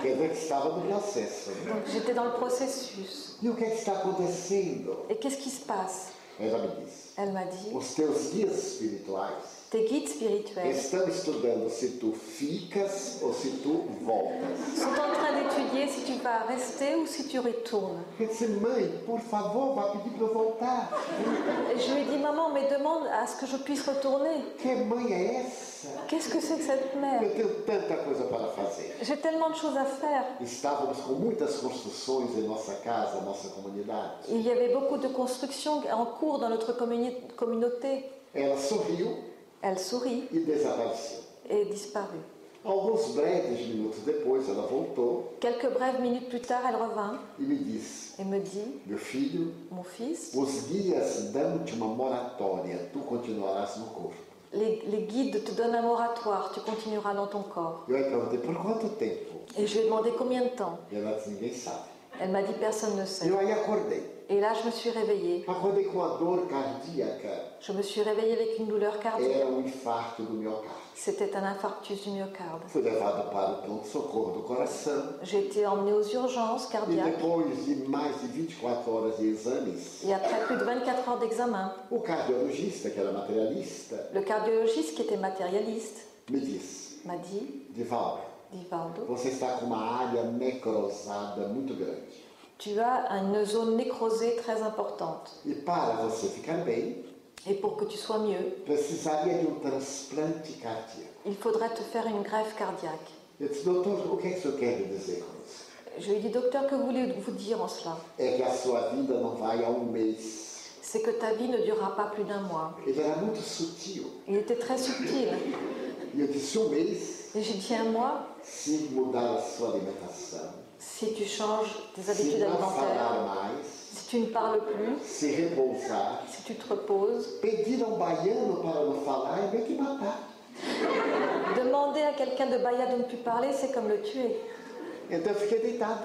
S2: Quer dizer que estava no processo. né?
S3: Donc j'étais dans le processus.
S2: E o que, é que está acontecendo?
S3: Et qu'est-ce qui se passe
S2: Ela me disse,
S3: Elle m'a dit
S2: os teus guias espirituais
S3: Tes guides spirituels
S2: Estão estudando se tu ficas ou se tu voltas.
S3: sont en train d'étudier si tu vas rester ou si tu retournes.
S2: Eu disse, mãe, por favor, vá pedir para eu voltar.
S3: Et je lui ai dit Maman, mais demande à ce que je puisse retourner.
S2: Que mãe é essa?
S3: Qu'est-ce que c'est que cette mère
S2: Eu tenho tanta coisa para fazer.
S3: J'ai tellement de choses à faire.
S2: Estávamos com muitas construções em nossa casa, nossa comunidade.
S3: Il y avait beaucoup de constructions en cours dans notre communi- communauté.
S2: Ela sorriu
S3: Elle sourit
S2: e desapareceu.
S3: et disparut.
S2: Alguns breves minutos depois, ela voltou
S3: Quelques brèves minutes plus tard, elle revint
S2: e me disse:
S3: et me dit
S2: Meu filho,
S3: Mon fils,
S2: os guias dão-te uma moratória, tu continuarás no corpo.
S3: les, les guides te donnent un moratoire, tu continueras dans ton corps.
S2: Eu aí perguntei: por quanto tempo?
S3: Et je lui ai demandé combien de temps.
S2: E ela disse: ninguém sabe.
S3: Elle m'a dit Personne ne sait.
S2: Eu aí acordei.
S3: Et là, je me suis réveillée.
S2: Agora, com a dor cardíaca,
S3: Je me suis réveillée avec une douleur cardiaque.
S2: era um infarto do miocárdio.
S3: C'était un infarctus du miocarde.
S2: Fui levado para o pronto-socorro do coração
S3: J'ai été emmenée aux urgences
S2: e
S3: cardiaques.
S2: depois de mais de 24 horas de exames,
S3: Et après plus de 24 heures d'examen,
S2: o cardiologista, que era materialista,
S3: le cardiologiste qui était matérialiste
S2: me disse,
S3: m'a dit,
S2: Divaldo,
S3: Divaldo,
S2: Você está com uma área necrosada muito grande.
S3: tu as une zone nécrosée très importante.
S2: E para você ficar bem,
S3: Et pour que tu sois mieux,
S2: precisaria de um transplante cardíaco.
S3: il faudrait te faire une greffe cardiaque.
S2: Eu disse, doutor, o que é que o senhor quer me dizer com isso?
S3: Je lui ai dit, docteur, que voulez-vous dire en cela
S2: É que a sua vida não vai a um mês.
S3: C'est que ta vie ne durera pas plus d'un mois.
S2: Ele era muito sutil.
S3: Il était très subtil.
S2: E eu disse, um mês,
S3: Et j'ai dit un mois,
S2: se mudar a sua alimentação,
S3: si tu changes tes
S2: se
S3: habitudes
S2: não
S3: alimentaires,
S2: falar mais,
S3: si tu ne parles plus,
S2: se repousar,
S3: si tu te reposes,
S2: pedir a um baiano para não falar e bem que matar.
S3: demander à quelqu'un de Bahia de ne plus parler, c'est comme le tuer.
S2: Então eu fiquei deitado,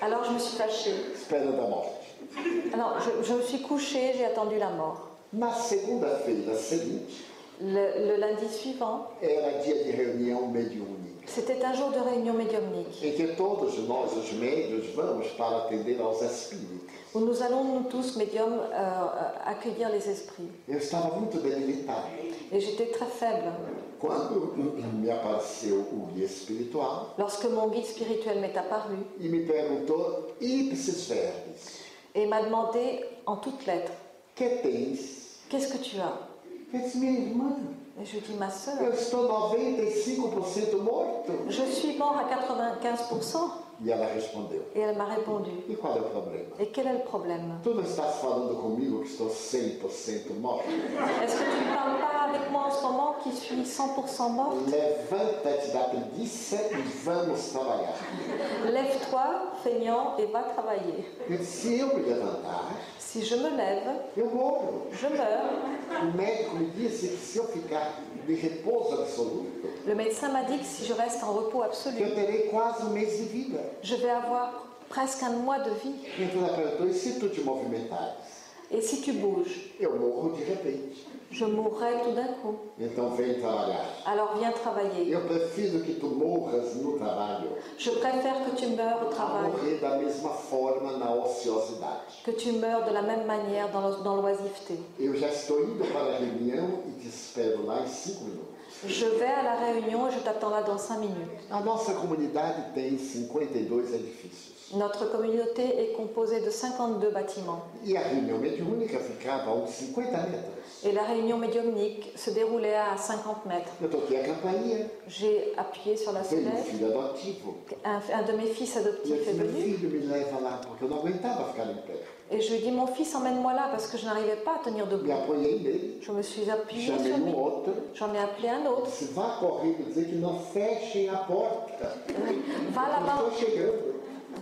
S3: Alors je me suis fâchée.
S2: esperando a morte.
S3: Alors je, je me suis couchée, j'ai attendu la mort.
S2: Na segunda-feira seguinte,
S3: Le, le lundi suivant,
S2: era dia de reunião mediúnica,
S3: c'était un jour de réunion médiumnique
S2: em que todos nós, os médios, vamos para atender aos espíritos.
S3: où nous allons, nous tous, médiums, euh, euh, accueillir les esprits.
S2: Eu estava muito debilitado.
S3: Et j'étais très faible.
S2: Quando me apareceu o guia espiritual
S3: Lorsque mon guide spirituel m'est apparu
S2: e me perguntou, ipsis verbis,
S3: et m'a demandé en toutes lettres,
S2: que tens?
S3: qu'est-ce que tu as
S2: Eu disse, minha irmã,
S3: Et je lui ai dit, ma sœur,
S2: eu estou 95% morto.
S3: Je suis mort à 95%
S2: E ela respondeu,
S3: et elle m'a répondu.
S2: e qual é o problema?
S3: Et quel est le problème
S2: Tu não estás falando comigo que estou 100% morto?
S3: Est-ce que tu ne parles pas avec moi en ce moment qui suis 100% mort
S2: Levanta-te da preguiça e vamos trabalhar.
S3: Lève-toi, feignant, et va travailler.
S2: E Se eu me levantar,
S3: Si je me lève,
S2: eu morro.
S3: je meurs.
S2: O médico me disse que se eu ficar de repouso absoluto,
S3: Le médecin m'a dit que si je reste en repos absolu,
S2: eu terei quase um mês de vida.
S3: je vais avoir presque un mois de vie.
S2: Então ela perguntou, e se tu te movimentares?
S3: Et si tu bouges,
S2: Eu morro de repente.
S3: je mourrai tout d'un coup.
S2: Então vem trabalhar.
S3: Alors viens travailler.
S2: Eu prefiro que tu morras no trabalho
S3: Je préfère que tu meurs au
S2: a
S3: travail,
S2: morrer da mesma forma na ociosidade.
S3: que tu meurs de la même manière dans l'o- dans l'oisiveté.
S2: Eu já estou indo para a reunião e te espero lá em cinco minutos.
S3: Je vais à la réunion et je t'attends là dans 5 minutes.
S2: A nossa comunidade tem 52 edifícios.
S3: Notre communauté est composée de 52 bâtiments
S2: E a reunião mediúnica ficava a uns 50 metros.
S3: et la réunion médiumnique se déroulait à 50 mètres.
S2: Eu toquei a campainha,
S3: J'ai appuyé sur la
S2: veio um
S3: fenêtre.
S2: filho adotivo.
S3: Un, un de mes
S2: E
S3: fils
S2: eu
S3: adoptifs
S2: disse,
S3: est
S2: meu
S3: venu
S2: filho, me leva lá, porque eu não aguentava ficar em pé.
S3: et je lui ai dit Mon fils, emmène-moi là parce que je n'arrivais pas à tenir
S2: Me
S3: debout.
S2: apoiei nele,
S3: Je me suis appuyée
S2: chamei
S3: sur
S2: um
S3: lui.
S2: outro.
S3: J'en ai appelé un autre.
S2: Disse, vá correndo dizer que não fechem a porta.
S3: Va là-bas
S2: Eu estou chegando.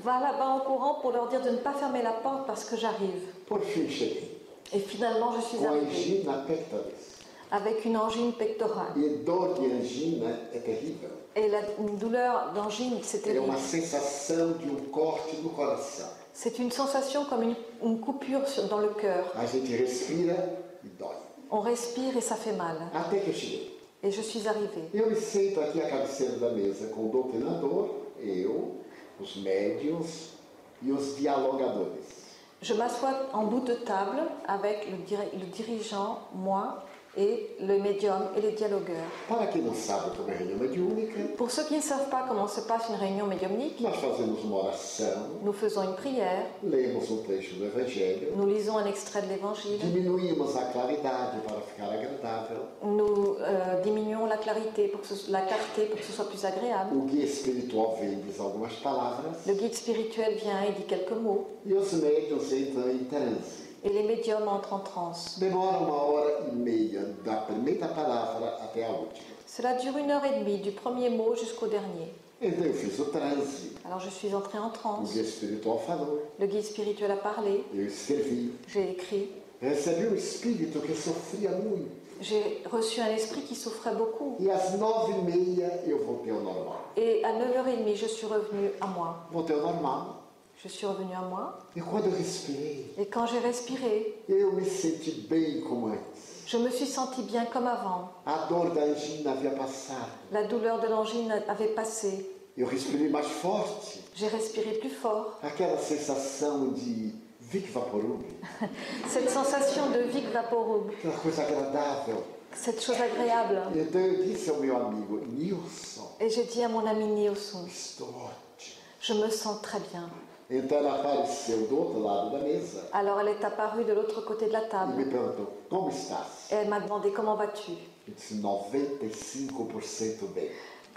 S3: va là-bas en courant pour leur dire de ne pas fermer la porte parce que j'arrive.
S2: Por fim cheguei,
S3: Et finalement, je suis
S2: com
S3: arrivée
S2: angina pectoris.
S3: avec une angine pectorale.
S2: E dor de angina é terrível.
S3: Et la, une douleur d'angine, c'est
S2: É
S3: terrible.
S2: uma sensação de um corte no coração.
S3: C'est une sensation comme une, une coupure sur- dans le cœur.
S2: A gente respira e dói.
S3: On respire et ça fait mal.
S2: Até que eu cheguei.
S3: Et je suis arrivée.
S2: Eu me sento aqui à cabeceira da mesa com o doutrinador, eu, os médiums e os dialogadores.
S3: Je m'assois en bout de table avec le, diri- le dirigeant, moi et le médium et les dialogueurs.
S2: Para quem não sabe como é a reunião mediúnica,
S3: Pour ceux qui ne savent pas comment se passe une réunion médiumnique,
S2: nós fazemos uma oração,
S3: nous faisons une prière,
S2: lemos um trecho do Evangelho,
S3: nous lisons un extrait de l'évangile,
S2: diminuímos a claridade para ficar agradável,
S3: nous euh, diminuons la clarté, pour que ce- la clarté pour que ce soit plus agréable.
S2: o guia espiritual vem e diz algumas palavras,
S3: Le guide spirituel vient et dit quelques mots
S2: e os médiums entram em transe.
S3: et les médiums entrent en transe.
S2: Demora uma hora e meia da primeira palavra até a última.
S3: Cela dure une heure et demie, du premier mot jusqu'au dernier.
S2: Então eu fiz o transe,
S3: Alors je suis entrée en
S2: o
S3: transe,
S2: guia espiritual falou,
S3: le guide spirituel a parlé,
S2: eu escrevi.
S3: j'ai écrit,
S2: Recebi um espírito que sofria muito.
S3: j'ai reçu un esprit qui souffrait beaucoup.
S2: E às nove e meia eu voltei ao normal.
S3: Et à 9h30, je suis revenue à moi.
S2: Voltei ao normal.
S3: Je suis revenue à moi
S2: E quando eu respirei,
S3: et quand j'ai respiré,
S2: eu me senti bem como antes.
S3: je me suis sentie bien comme avant.
S2: A dor da angina havia passado.
S3: La douleur de l'angine avait passé.
S2: Eu respirei mais forte.
S3: J'ai respiré plus fort.
S2: Aquela sensação de Vic Vaporub,
S3: Cette sensation de Vic Vaporub,
S2: aquela coisa agradável.
S3: cette chose agréable.
S2: Então eu disse ao meu amigo, Nilson,
S3: Et j'ai dit à mon ami Nilsson,
S2: estou ótimo.
S3: je me sens très bien.
S2: Então ela apareceu do outro lado da mesa
S3: Alors elle est apparue de l'autre côté de la
S2: e me
S3: table
S2: perguntou, como estás?
S3: et elle m'a demandé comment vas-tu.
S2: Eu disse, 95% bem.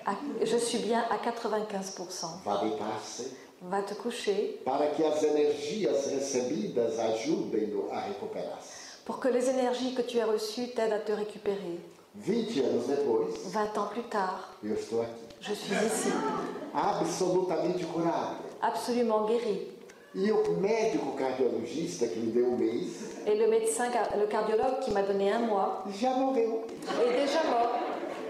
S3: À- Je suis bien à 95%.
S2: Vá deitar-se
S3: Va te coucher
S2: para que as energias recebidas ajudem-no a recuperar-se.
S3: pour que les énergies que tu as reçues t'aident à te récupérer.
S2: 20 anos depois,
S3: 20 ans plus tard,
S2: eu estou aqui,
S3: je suis ici,
S2: absolutamente curado.
S3: absolument guérie.
S2: E o médico cardiologista que me deu um mês
S3: Et le médecin, car- le cardiologue qui m'a donné un mois,
S2: já morreu.
S3: est déjà mort.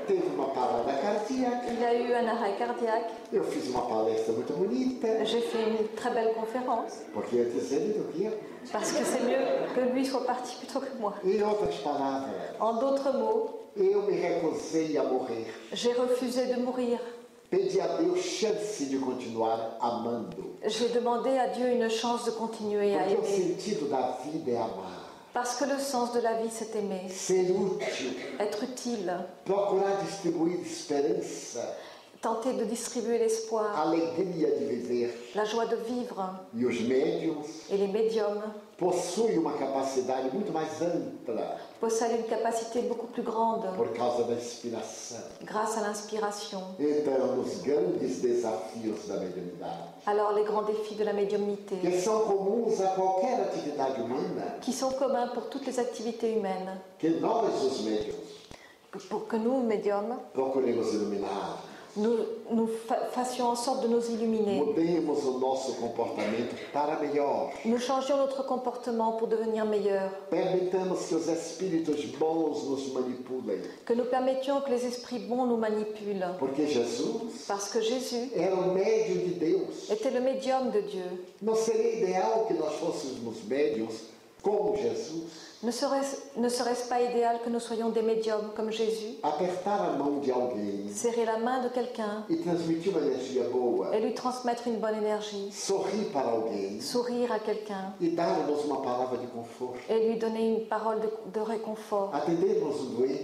S2: Teve uma parada cardíaca.
S3: Il a eu un arrêt cardiaque.
S2: Eu fiz uma palestra muito bonita,
S3: J'ai fait une très belle conférence
S2: porque antes ele do que eu.
S3: parce que c'est mieux que lui soit parti plutôt que moi.
S2: Em outras palavras,
S3: En d'autres mots,
S2: eu me recusei a morrer.
S3: j'ai refusé de mourir.
S2: Pedi a Deus chance de continuar amando.
S3: J'ai demandé à Dieu une chance de continuer à
S2: Porque o
S3: aimer.
S2: sentido da vida é amar,
S3: Parce que le sens de la vie, c'est aimer,
S2: ser útil,
S3: être utile,
S2: procurar distribuir esperança,
S3: tenter de distribuer l'espoir,
S2: alegria de viver.
S3: la joie de vivre.
S2: E os médiums
S3: Et les médiums
S2: possuem uma capacidade muito mais ampla
S3: possèdent une capacité beaucoup plus grande
S2: por causa da inspiração.
S3: grâce à l'inspiration.
S2: Então, nos grandes desafios da mediunidade,
S3: Alors les grands défis de la médiumnité,
S2: que são comuns a qualquer atividade humana,
S3: qui sont communs pour toutes les activités humaines,
S2: que nós, os médiums,
S3: pour que nous, médiums,
S2: procuremos iluminar,
S3: nous, nous fa- fassions en sorte de nous illuminer.
S2: mudemos o nosso comportamento para melhor.
S3: Nous changions notre comportement pour devenir meilleurs.
S2: Permitamos que os espíritos bons nos manipulem,
S3: Que nous permettions que les esprits bons nous manipulent.
S2: porque Jesus
S3: Parce que Jésus
S2: era o médium de Deus.
S3: était le médium de Dieu.
S2: Não seria ideal que nós fôssemos médiums como Jesus?
S3: Ne serait-ce ne serait-ce pas idéal que nous soyons des médiums comme Jésus
S2: Apertar a mão de alguém
S3: Serrer la main de quelqu'un
S2: e transmitir uma energia boa,
S3: et lui transmettre une bonne énergie.
S2: sorrir para alguém
S3: Sourire à quelqu'un
S2: e dar-nos uma palavra de conforto,
S3: et lui donner une parole de, de réconfort.
S2: atendermos um doente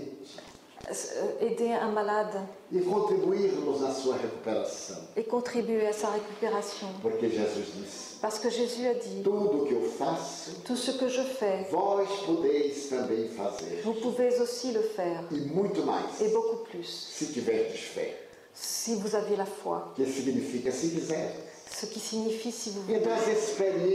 S3: S- euh, Aider un malade
S2: e contribuirmos na sua recuperação.
S3: et contribuer à sa récupération.
S2: Porque Jesus disse:
S3: Parce que Jésus a dit,
S2: Tudo o que eu faço,
S3: tout ce que je fais,
S2: vós podeis também fazer,
S3: vous pouvez aussi le faire.
S2: e muito mais,
S3: Et beaucoup plus,
S2: se tiverdes fé,
S3: si vous avez la foi.
S2: que significa se quiseres.
S3: Ce qui signifie si vous
S2: E
S3: voulez.
S2: das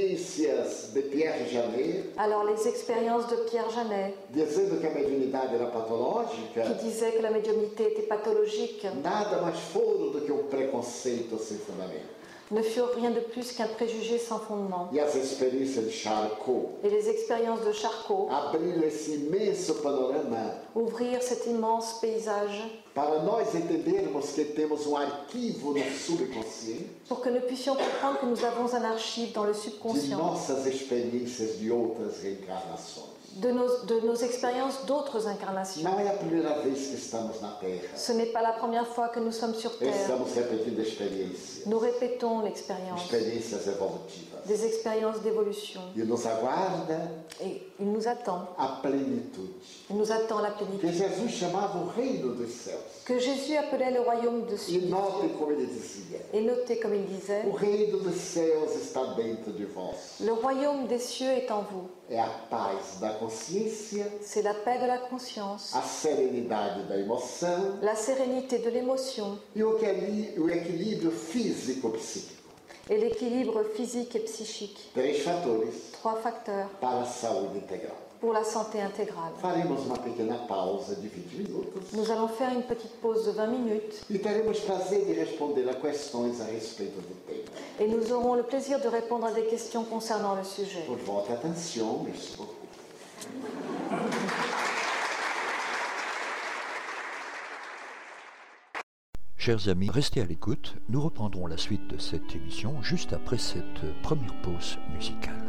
S2: experiências de Pierre Janet,
S3: Alors les expériences de Pierre Janet,
S2: dizendo que a mediunidade era patológica,
S3: qui disait que la médiumnité était pathologique,
S2: nada mais foram do que um preconceito sem fundamento.
S3: ne furent rien de plus qu'un préjugé sans fondement.
S2: E as experiências de Charcot,
S3: Et les expériences de Charcot
S2: abrindo esse imenso panorama
S3: ouvrirent cet immense paysage
S2: para nós entendermos que temos um arquivo no subconsciente
S3: pour que nous puissions comprendre que nous avons un archive dans le
S2: de
S3: subconscient
S2: nossas experiências de outras reencarnações.
S3: de nos, de nos expériences d'autres incarnations.
S2: Não é a primeira vez que estamos na Terra.
S3: Ce n'est pas la première fois que nous sommes sur Terre.
S2: Estamos repetindo experiências,
S3: Nous répétons l'expérience,
S2: experiências evolutivas.
S3: des expériences d'évolution.
S2: E nos aguarda
S3: Et il nous attend,
S2: a plenitude,
S3: il nous attend la
S2: que
S3: plénitude.
S2: Jesus chamava o reino dos céus.
S3: Que Jésus appelait le royaume de
S2: E
S3: Dieu.
S2: note como ele dizia,
S3: Et notez comme il disait,
S2: o reino dos céus está dentro de vós.
S3: le royaume des cieux est en vous.
S2: É a paz da consciência
S3: C'est la paix de la conscience,
S2: a serenidade da emoção
S3: la sérénité de l'émotion
S2: e o, que ali- o equilíbrio físico-psíquico.
S3: et l'équilibre physique et psychique.
S2: Três fatores
S3: Trois facteurs
S2: para a saúde integral.
S3: pour la santé intégrale.
S2: Faremos uma pequena pausa de 20 minutos
S3: Nous allons faire une petite pause de 20 minutes
S2: e teremos prazer de responder a questões a respeito do tema.
S3: et nous aurons le plaisir de répondre à des questions concernant le sujet.
S2: Por volta, atenção, meus poucos.
S1: Chers Chers amis, restez à l'écoute. Nous reprendrons la suite de cette émission juste après cette première pause musicale.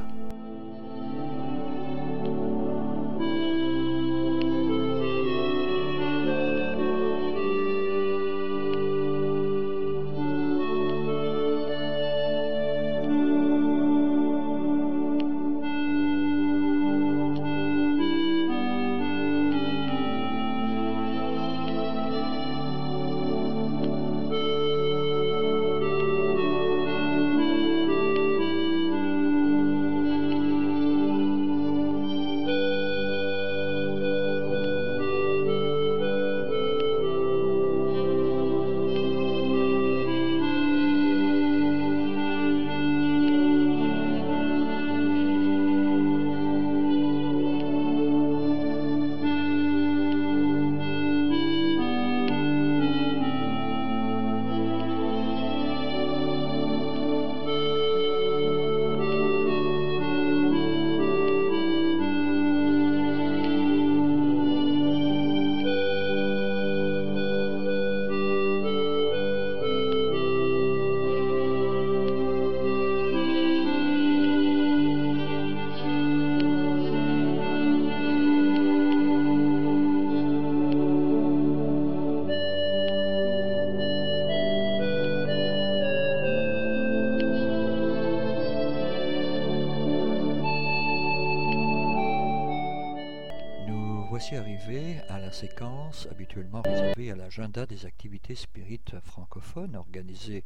S1: voici arrivé à la séquence habituellement réservée à l'agenda des activités spirites francophones organisées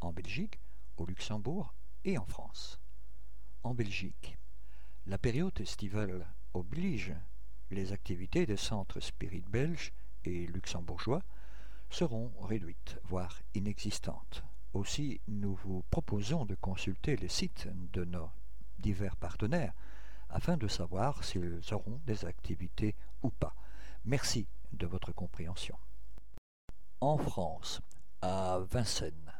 S1: en Belgique, au Luxembourg et en France. En Belgique, la période estivale oblige, les activités des centres spirites belges et luxembourgeois seront réduites, voire inexistantes. Aussi, nous vous proposons de consulter les sites de nos divers partenaires afin de savoir s'ils auront des activités ou pas. Merci de votre compréhension. En France, à Vincennes,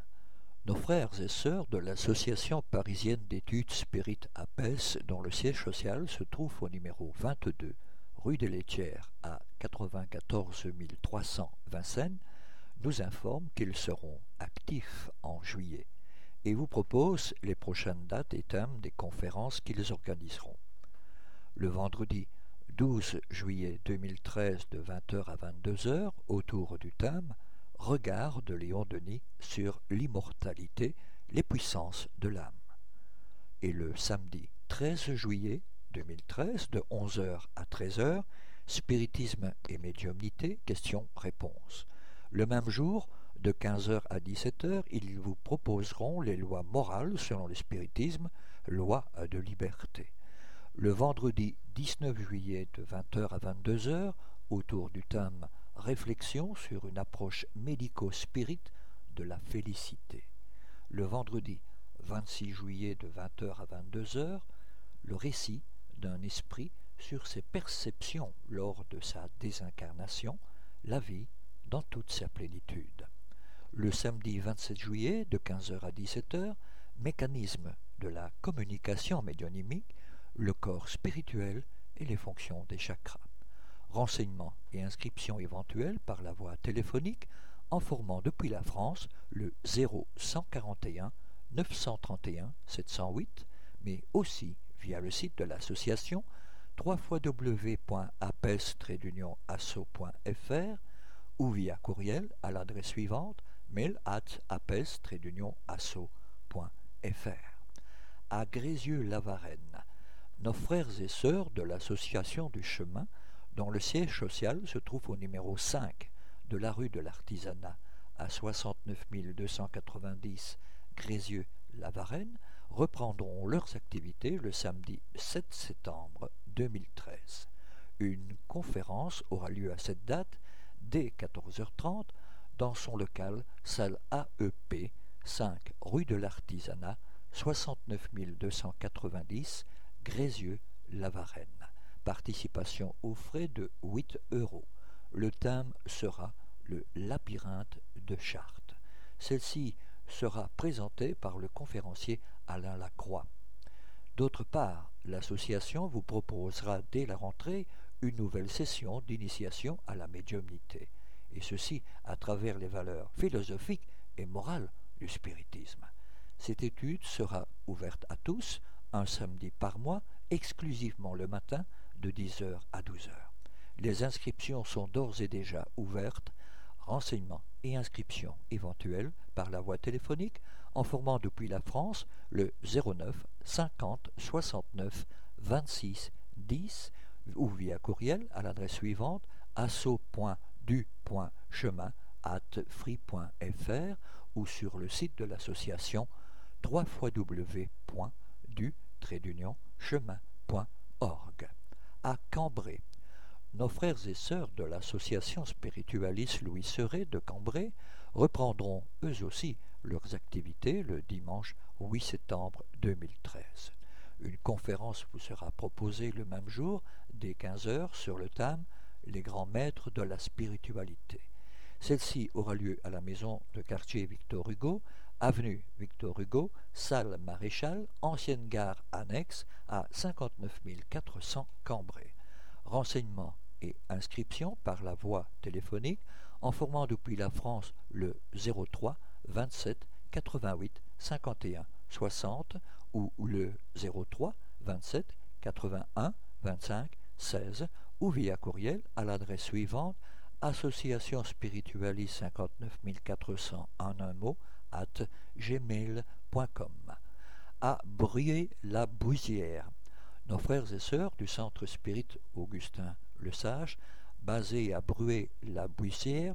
S1: nos frères et sœurs de l'Association parisienne d'études spirites APES, dont le siège social se trouve au numéro 22, rue des Laitières, à 94 300 Vincennes, nous informent qu'ils seront actifs en juillet et vous proposent les prochaines dates et thèmes des conférences qu'ils organiseront le vendredi 12 juillet 2013 de 20h à 22h autour du thème Regard de Léon Denis sur l'immortalité, les puissances de l'âme. Et le samedi 13 juillet 2013 de 11h à 13h Spiritisme et médiumnité, questions-réponses. Le même jour, de 15h à 17h, ils vous proposeront les lois morales selon le spiritisme, lois de liberté le vendredi 19 juillet de 20h à 22h autour du thème Réflexion sur une approche médico-spirit de la félicité. Le vendredi 26 juillet de 20h à 22h, le récit d'un esprit sur ses perceptions lors de sa désincarnation, la vie dans toute sa plénitude. Le samedi 27 juillet de 15h à 17h, mécanisme de la communication médionymique le corps spirituel et les fonctions des chakras. Renseignements et inscriptions éventuelles par la voie téléphonique en formant depuis la France le 0141 931 708, mais aussi via le site de l'association www.apes-asso.fr ou via courriel à l'adresse suivante mail at apes-asso.fr. À Grésieux-Lavarenne, nos frères et sœurs de l'Association du Chemin, dont le siège social se trouve au numéro 5 de la rue de l'Artisanat, à 69 290 Grézieux-Lavarenne, reprendront leurs activités le samedi 7 septembre 2013. Une conférence aura lieu à cette date, dès 14h30, dans son local, salle AEP, 5 rue de l'Artisanat, 69 290 Grézieux-Lavarenne. Participation aux frais de 8 euros. Le thème sera le labyrinthe de Chartres. Celle-ci sera présentée par le conférencier Alain Lacroix. D'autre part, l'association vous proposera dès la rentrée une nouvelle session d'initiation à la médiumnité. et ceci à travers les valeurs philosophiques et morales du spiritisme. Cette étude sera ouverte à tous un samedi par mois, exclusivement le matin, de 10h à 12h. Les inscriptions sont d'ores et déjà ouvertes. Renseignements et inscriptions éventuelles par la voie téléphonique en formant depuis la France le 09 50 69 26 10 ou via courriel à l'adresse suivante asso.du.chemin at free.fr ou sur le site de l'association www.du-chemin.org. À Cambrai, nos frères et sœurs de l'association spiritualiste Louis Serret de Cambrai reprendront eux aussi leurs activités le dimanche 8 septembre 2013. Une conférence vous sera proposée le même jour, dès 15h, sur le thème Les grands maîtres de la spiritualité. Celle-ci aura lieu à la maison de quartier Victor Hugo, avenue Victor Hugo, salle Maréchal, ancienne gare annexe à 59 400 Cambrai. Renseignements et inscriptions par la voie téléphonique en formant depuis la France le 03 27 88 51 60 ou le 03 27 81 25 16 ou via courriel à l'adresse suivante association spiritualiste 59 400 en un mot at gmail.com à Briey-la-Bousière. Nos frères et sœurs du centre spirit Augustin le Sage, basé à Bruay-la-Boussière,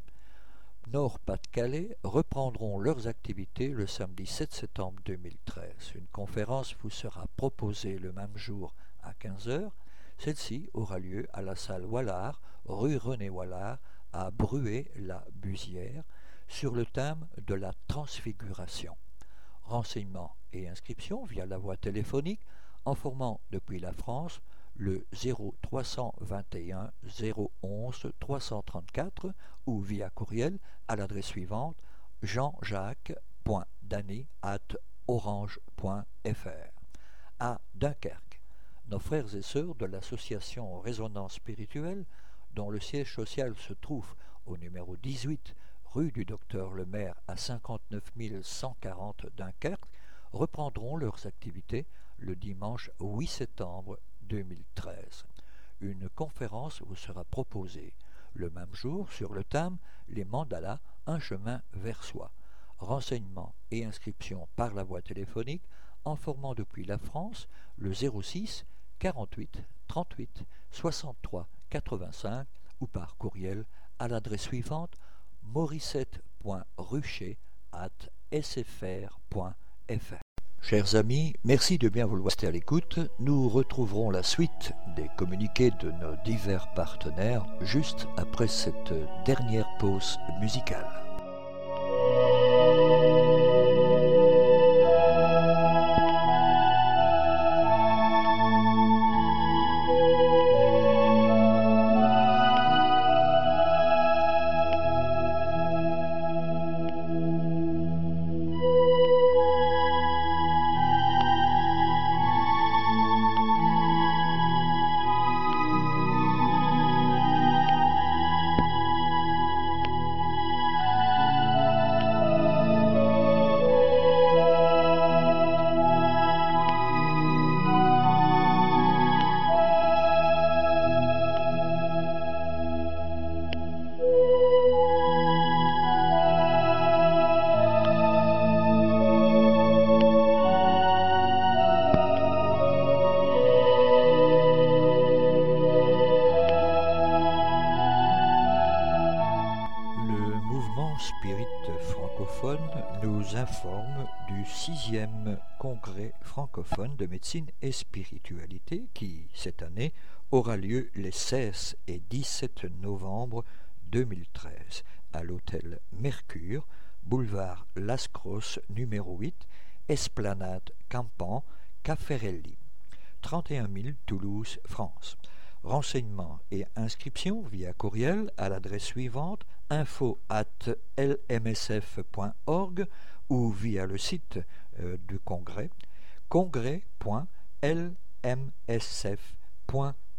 S1: Nord-Pas-de-Calais, reprendront leurs activités le samedi 7 septembre 2013. Une conférence vous sera proposée le même jour à 15h. Celle-ci aura lieu à la salle Wallard, rue René Wallard, à Bruay-la-Busière, sur le thème de la transfiguration. Renseignements et inscriptions via la voie téléphonique en formant depuis la France le 0321 011 334 ou via courriel à l'adresse suivante jean-jacques.dany@orange.fr. À Dunkerque, nos frères et sœurs de l'association Résonance spirituelle, dont le siège social se trouve au numéro 18 rue du Docteur Lemaire à 59 140 Dunkerque, reprendront leurs activités le dimanche 8 septembre 2013. Une conférence vous sera proposée le même jour sur le thème Les mandalas, un chemin vers soi. Renseignements et inscriptions par la voie téléphonique en formant depuis la France le 06 48 38 63 85 ou par courriel à l'adresse suivante morissette.rucher at sfr.fr. Chers amis, merci de bien vouloir rester à l'écoute. Nous retrouverons la suite des communiqués de nos divers partenaires juste après cette dernière pause musicale. informe du sixième congrès francophone de médecine et spiritualité qui, cette année, aura lieu les 16 et 17 novembre 2013 à l'hôtel Mercure, boulevard Lascros, numéro 8, esplanade Campan, Caffarelli, 31 000 Toulouse, France. Renseignements et inscriptions via courriel à l'adresse suivante info at lmsf.org ou via le site euh, du congrès congrès.lmsf.org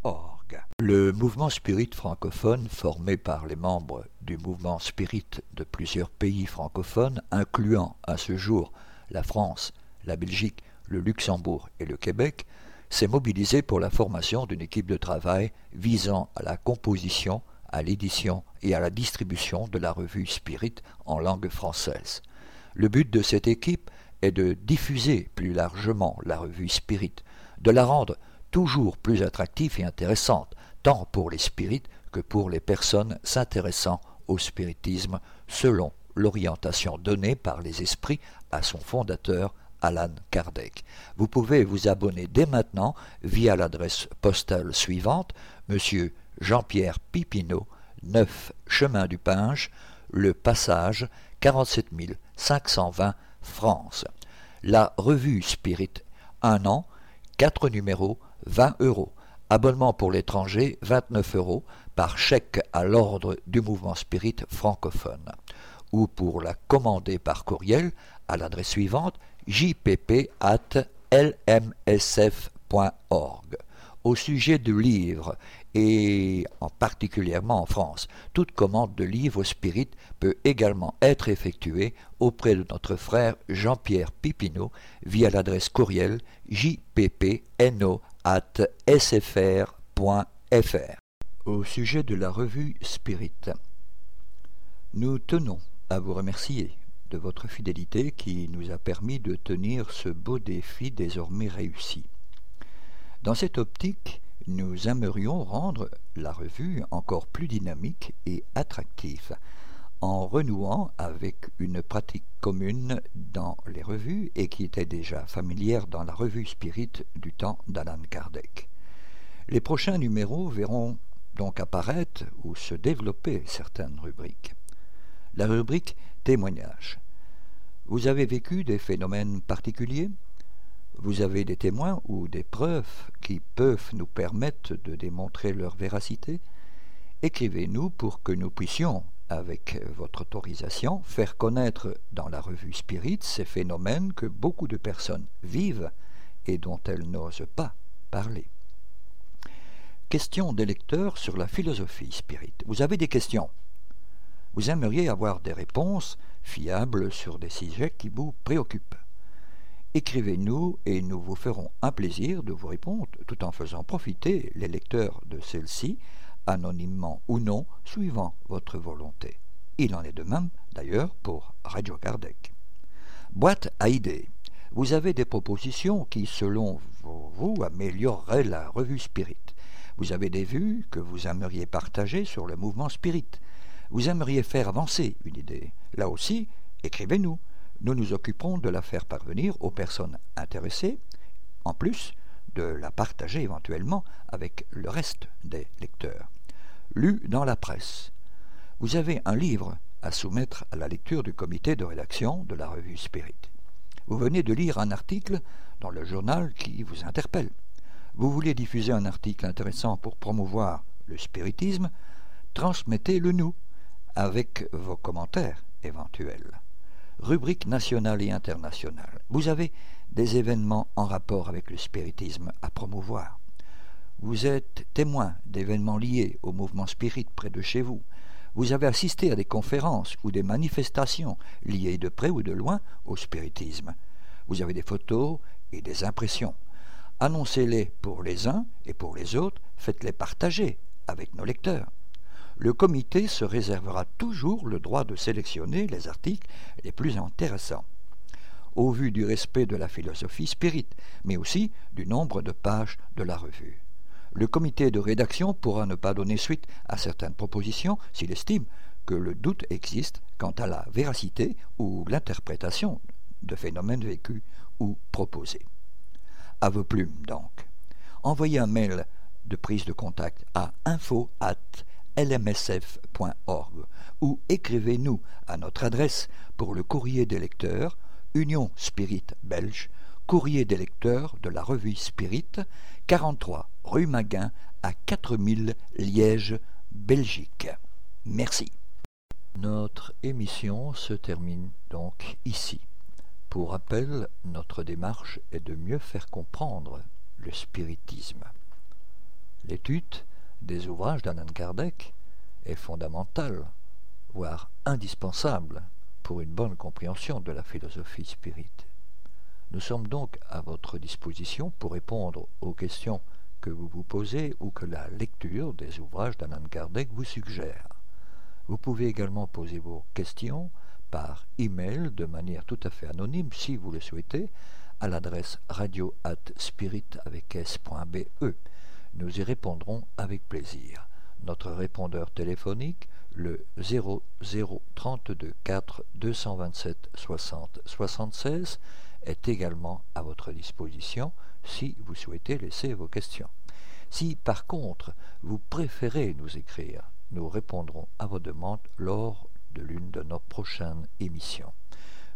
S1: org. Le mouvement spirit francophone, formé par les membres du mouvement spirit de plusieurs pays francophones, incluant à ce jour la France, la Belgique, le Luxembourg et le Québec, s'est mobilisé pour la formation d'une équipe de travail visant à la composition, à l'édition et à la distribution de la revue Spirit en langue française. Le but de cette équipe est de diffuser plus largement la revue Spirit, de la rendre toujours plus attractive et intéressante, tant pour les spirites que pour les personnes s'intéressant au spiritisme, selon l'orientation donnée par les esprits à son fondateur, Alan Kardec. Vous pouvez vous abonner dès maintenant via l'adresse postale suivante, Monsieur Jean-Pierre Pipineau, 9 Chemin du Pinge, Le Passage, 47 520 France. La revue Spirit, un an, 4 numéros, 20 euros. Abonnement pour l'étranger, 29 euros, par chèque à l'ordre du mouvement Spirit francophone. Ou pour la commander par courriel à l'adresse suivante jpp.lmsf.org. Au sujet du livre, et en particulièrement en France, toute commande de livre spirit peut également être effectuée auprès de notre frère Jean-Pierre Pipineau via l'adresse courriel jppno.sfr.fr. Au sujet de la revue Spirit, nous tenons à vous remercier de votre fidélité qui nous a permis de tenir ce beau défi désormais réussi. Dans cette optique, nous aimerions rendre la revue encore plus dynamique et attractive en renouant avec une pratique commune dans les revues et qui était déjà familière dans la revue Spirit du temps d'Alan Kardec. Les prochains numéros verront donc apparaître ou se développer certaines rubriques. La rubrique témoignages. Vous avez vécu des phénomènes particuliers Vous avez des témoins ou des preuves qui peuvent nous permettre de démontrer leur véracité Écrivez-nous pour que nous puissions, avec votre autorisation, faire connaître dans la revue Spirit ces phénomènes que beaucoup de personnes vivent et dont elles n'osent pas parler. Question des lecteurs sur la philosophie Spirit. Vous avez des questions vous aimeriez avoir des réponses fiables sur des sujets qui vous préoccupent. Écrivez-nous et nous vous ferons un plaisir de vous répondre tout en faisant profiter les lecteurs de celle-ci, anonymement ou non, suivant votre volonté. Il en est de même d'ailleurs pour Radio Kardec. Boîte à idées. Vous avez des propositions qui, selon vous, amélioreraient la revue Spirit. Vous avez des vues que vous aimeriez partager sur le mouvement Spirit vous aimeriez faire avancer une idée. Là aussi, écrivez-nous. Nous nous occuperons de la faire parvenir aux personnes intéressées, en plus de la partager éventuellement avec le reste des lecteurs. Lu dans la presse. Vous avez un livre à soumettre à la lecture du comité de rédaction de la revue Spirit. Vous venez de lire un article dans le journal qui vous interpelle. Vous voulez diffuser un article intéressant pour promouvoir le spiritisme, transmettez-le nous avec vos commentaires éventuels. Rubrique nationale et internationale. Vous avez des événements en rapport avec le spiritisme à promouvoir. Vous êtes témoin d'événements liés au mouvement spirit près de chez vous. Vous avez assisté à des conférences ou des manifestations liées de près ou de loin au spiritisme. Vous avez des photos et des impressions. Annoncez-les pour les uns et pour les autres, faites-les partager avec nos lecteurs le comité se réservera toujours le droit de sélectionner les articles les plus intéressants, au vu du respect de la philosophie spirit, mais aussi du nombre de pages de la revue. Le comité de rédaction pourra ne pas donner suite à certaines propositions s'il estime que le doute existe quant à la véracité ou l'interprétation de phénomènes vécus ou proposés. À vos plumes donc. Envoyez un mail de prise de contact à info@ lmsf.org ou écrivez-nous à notre adresse pour le courrier des lecteurs, Union Spirit Belge, courrier des lecteurs de la revue Spirit, 43 rue Maguin à 4000 Liège, Belgique. Merci. Notre émission se termine donc ici. Pour rappel, notre démarche est de mieux faire comprendre le spiritisme. L'étude des ouvrages d'Alan Kardec est fondamentale, voire indispensable, pour une bonne compréhension de la philosophie spirite. Nous sommes donc à votre disposition pour répondre aux questions que vous vous posez ou que la lecture des ouvrages d'Alan Kardec vous suggère. Vous pouvez également poser vos questions par email de manière tout à fait anonyme si vous le souhaitez à l'adresse radio avec s.be. e. Nous y répondrons avec plaisir. Notre répondeur téléphonique, le 00324 4 227 60 76, est également à votre disposition si vous souhaitez laisser vos questions. Si par contre vous préférez nous écrire, nous répondrons à vos demandes lors de l'une de nos prochaines émissions.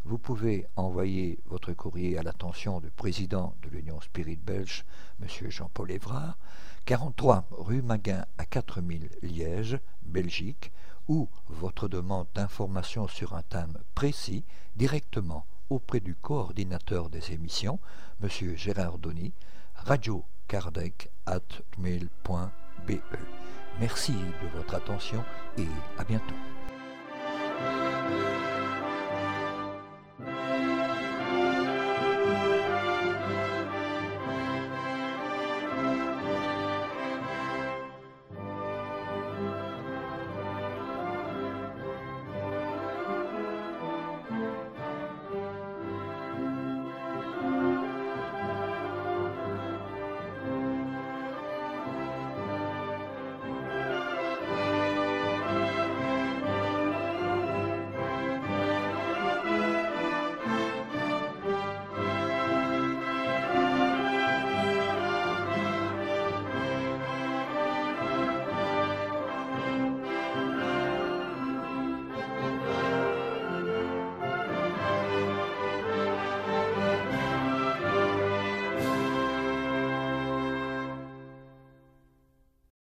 S1: Vous pouvez envoyer votre courrier à l'attention du président de l'Union Spirit Belge, M. Jean-Paul Évrard, 43 rue Maguin à 4000 Liège, Belgique, ou votre demande d'information sur un thème précis directement auprès du coordinateur des émissions, M. Gérard Donny, radio Merci de votre attention et à bientôt.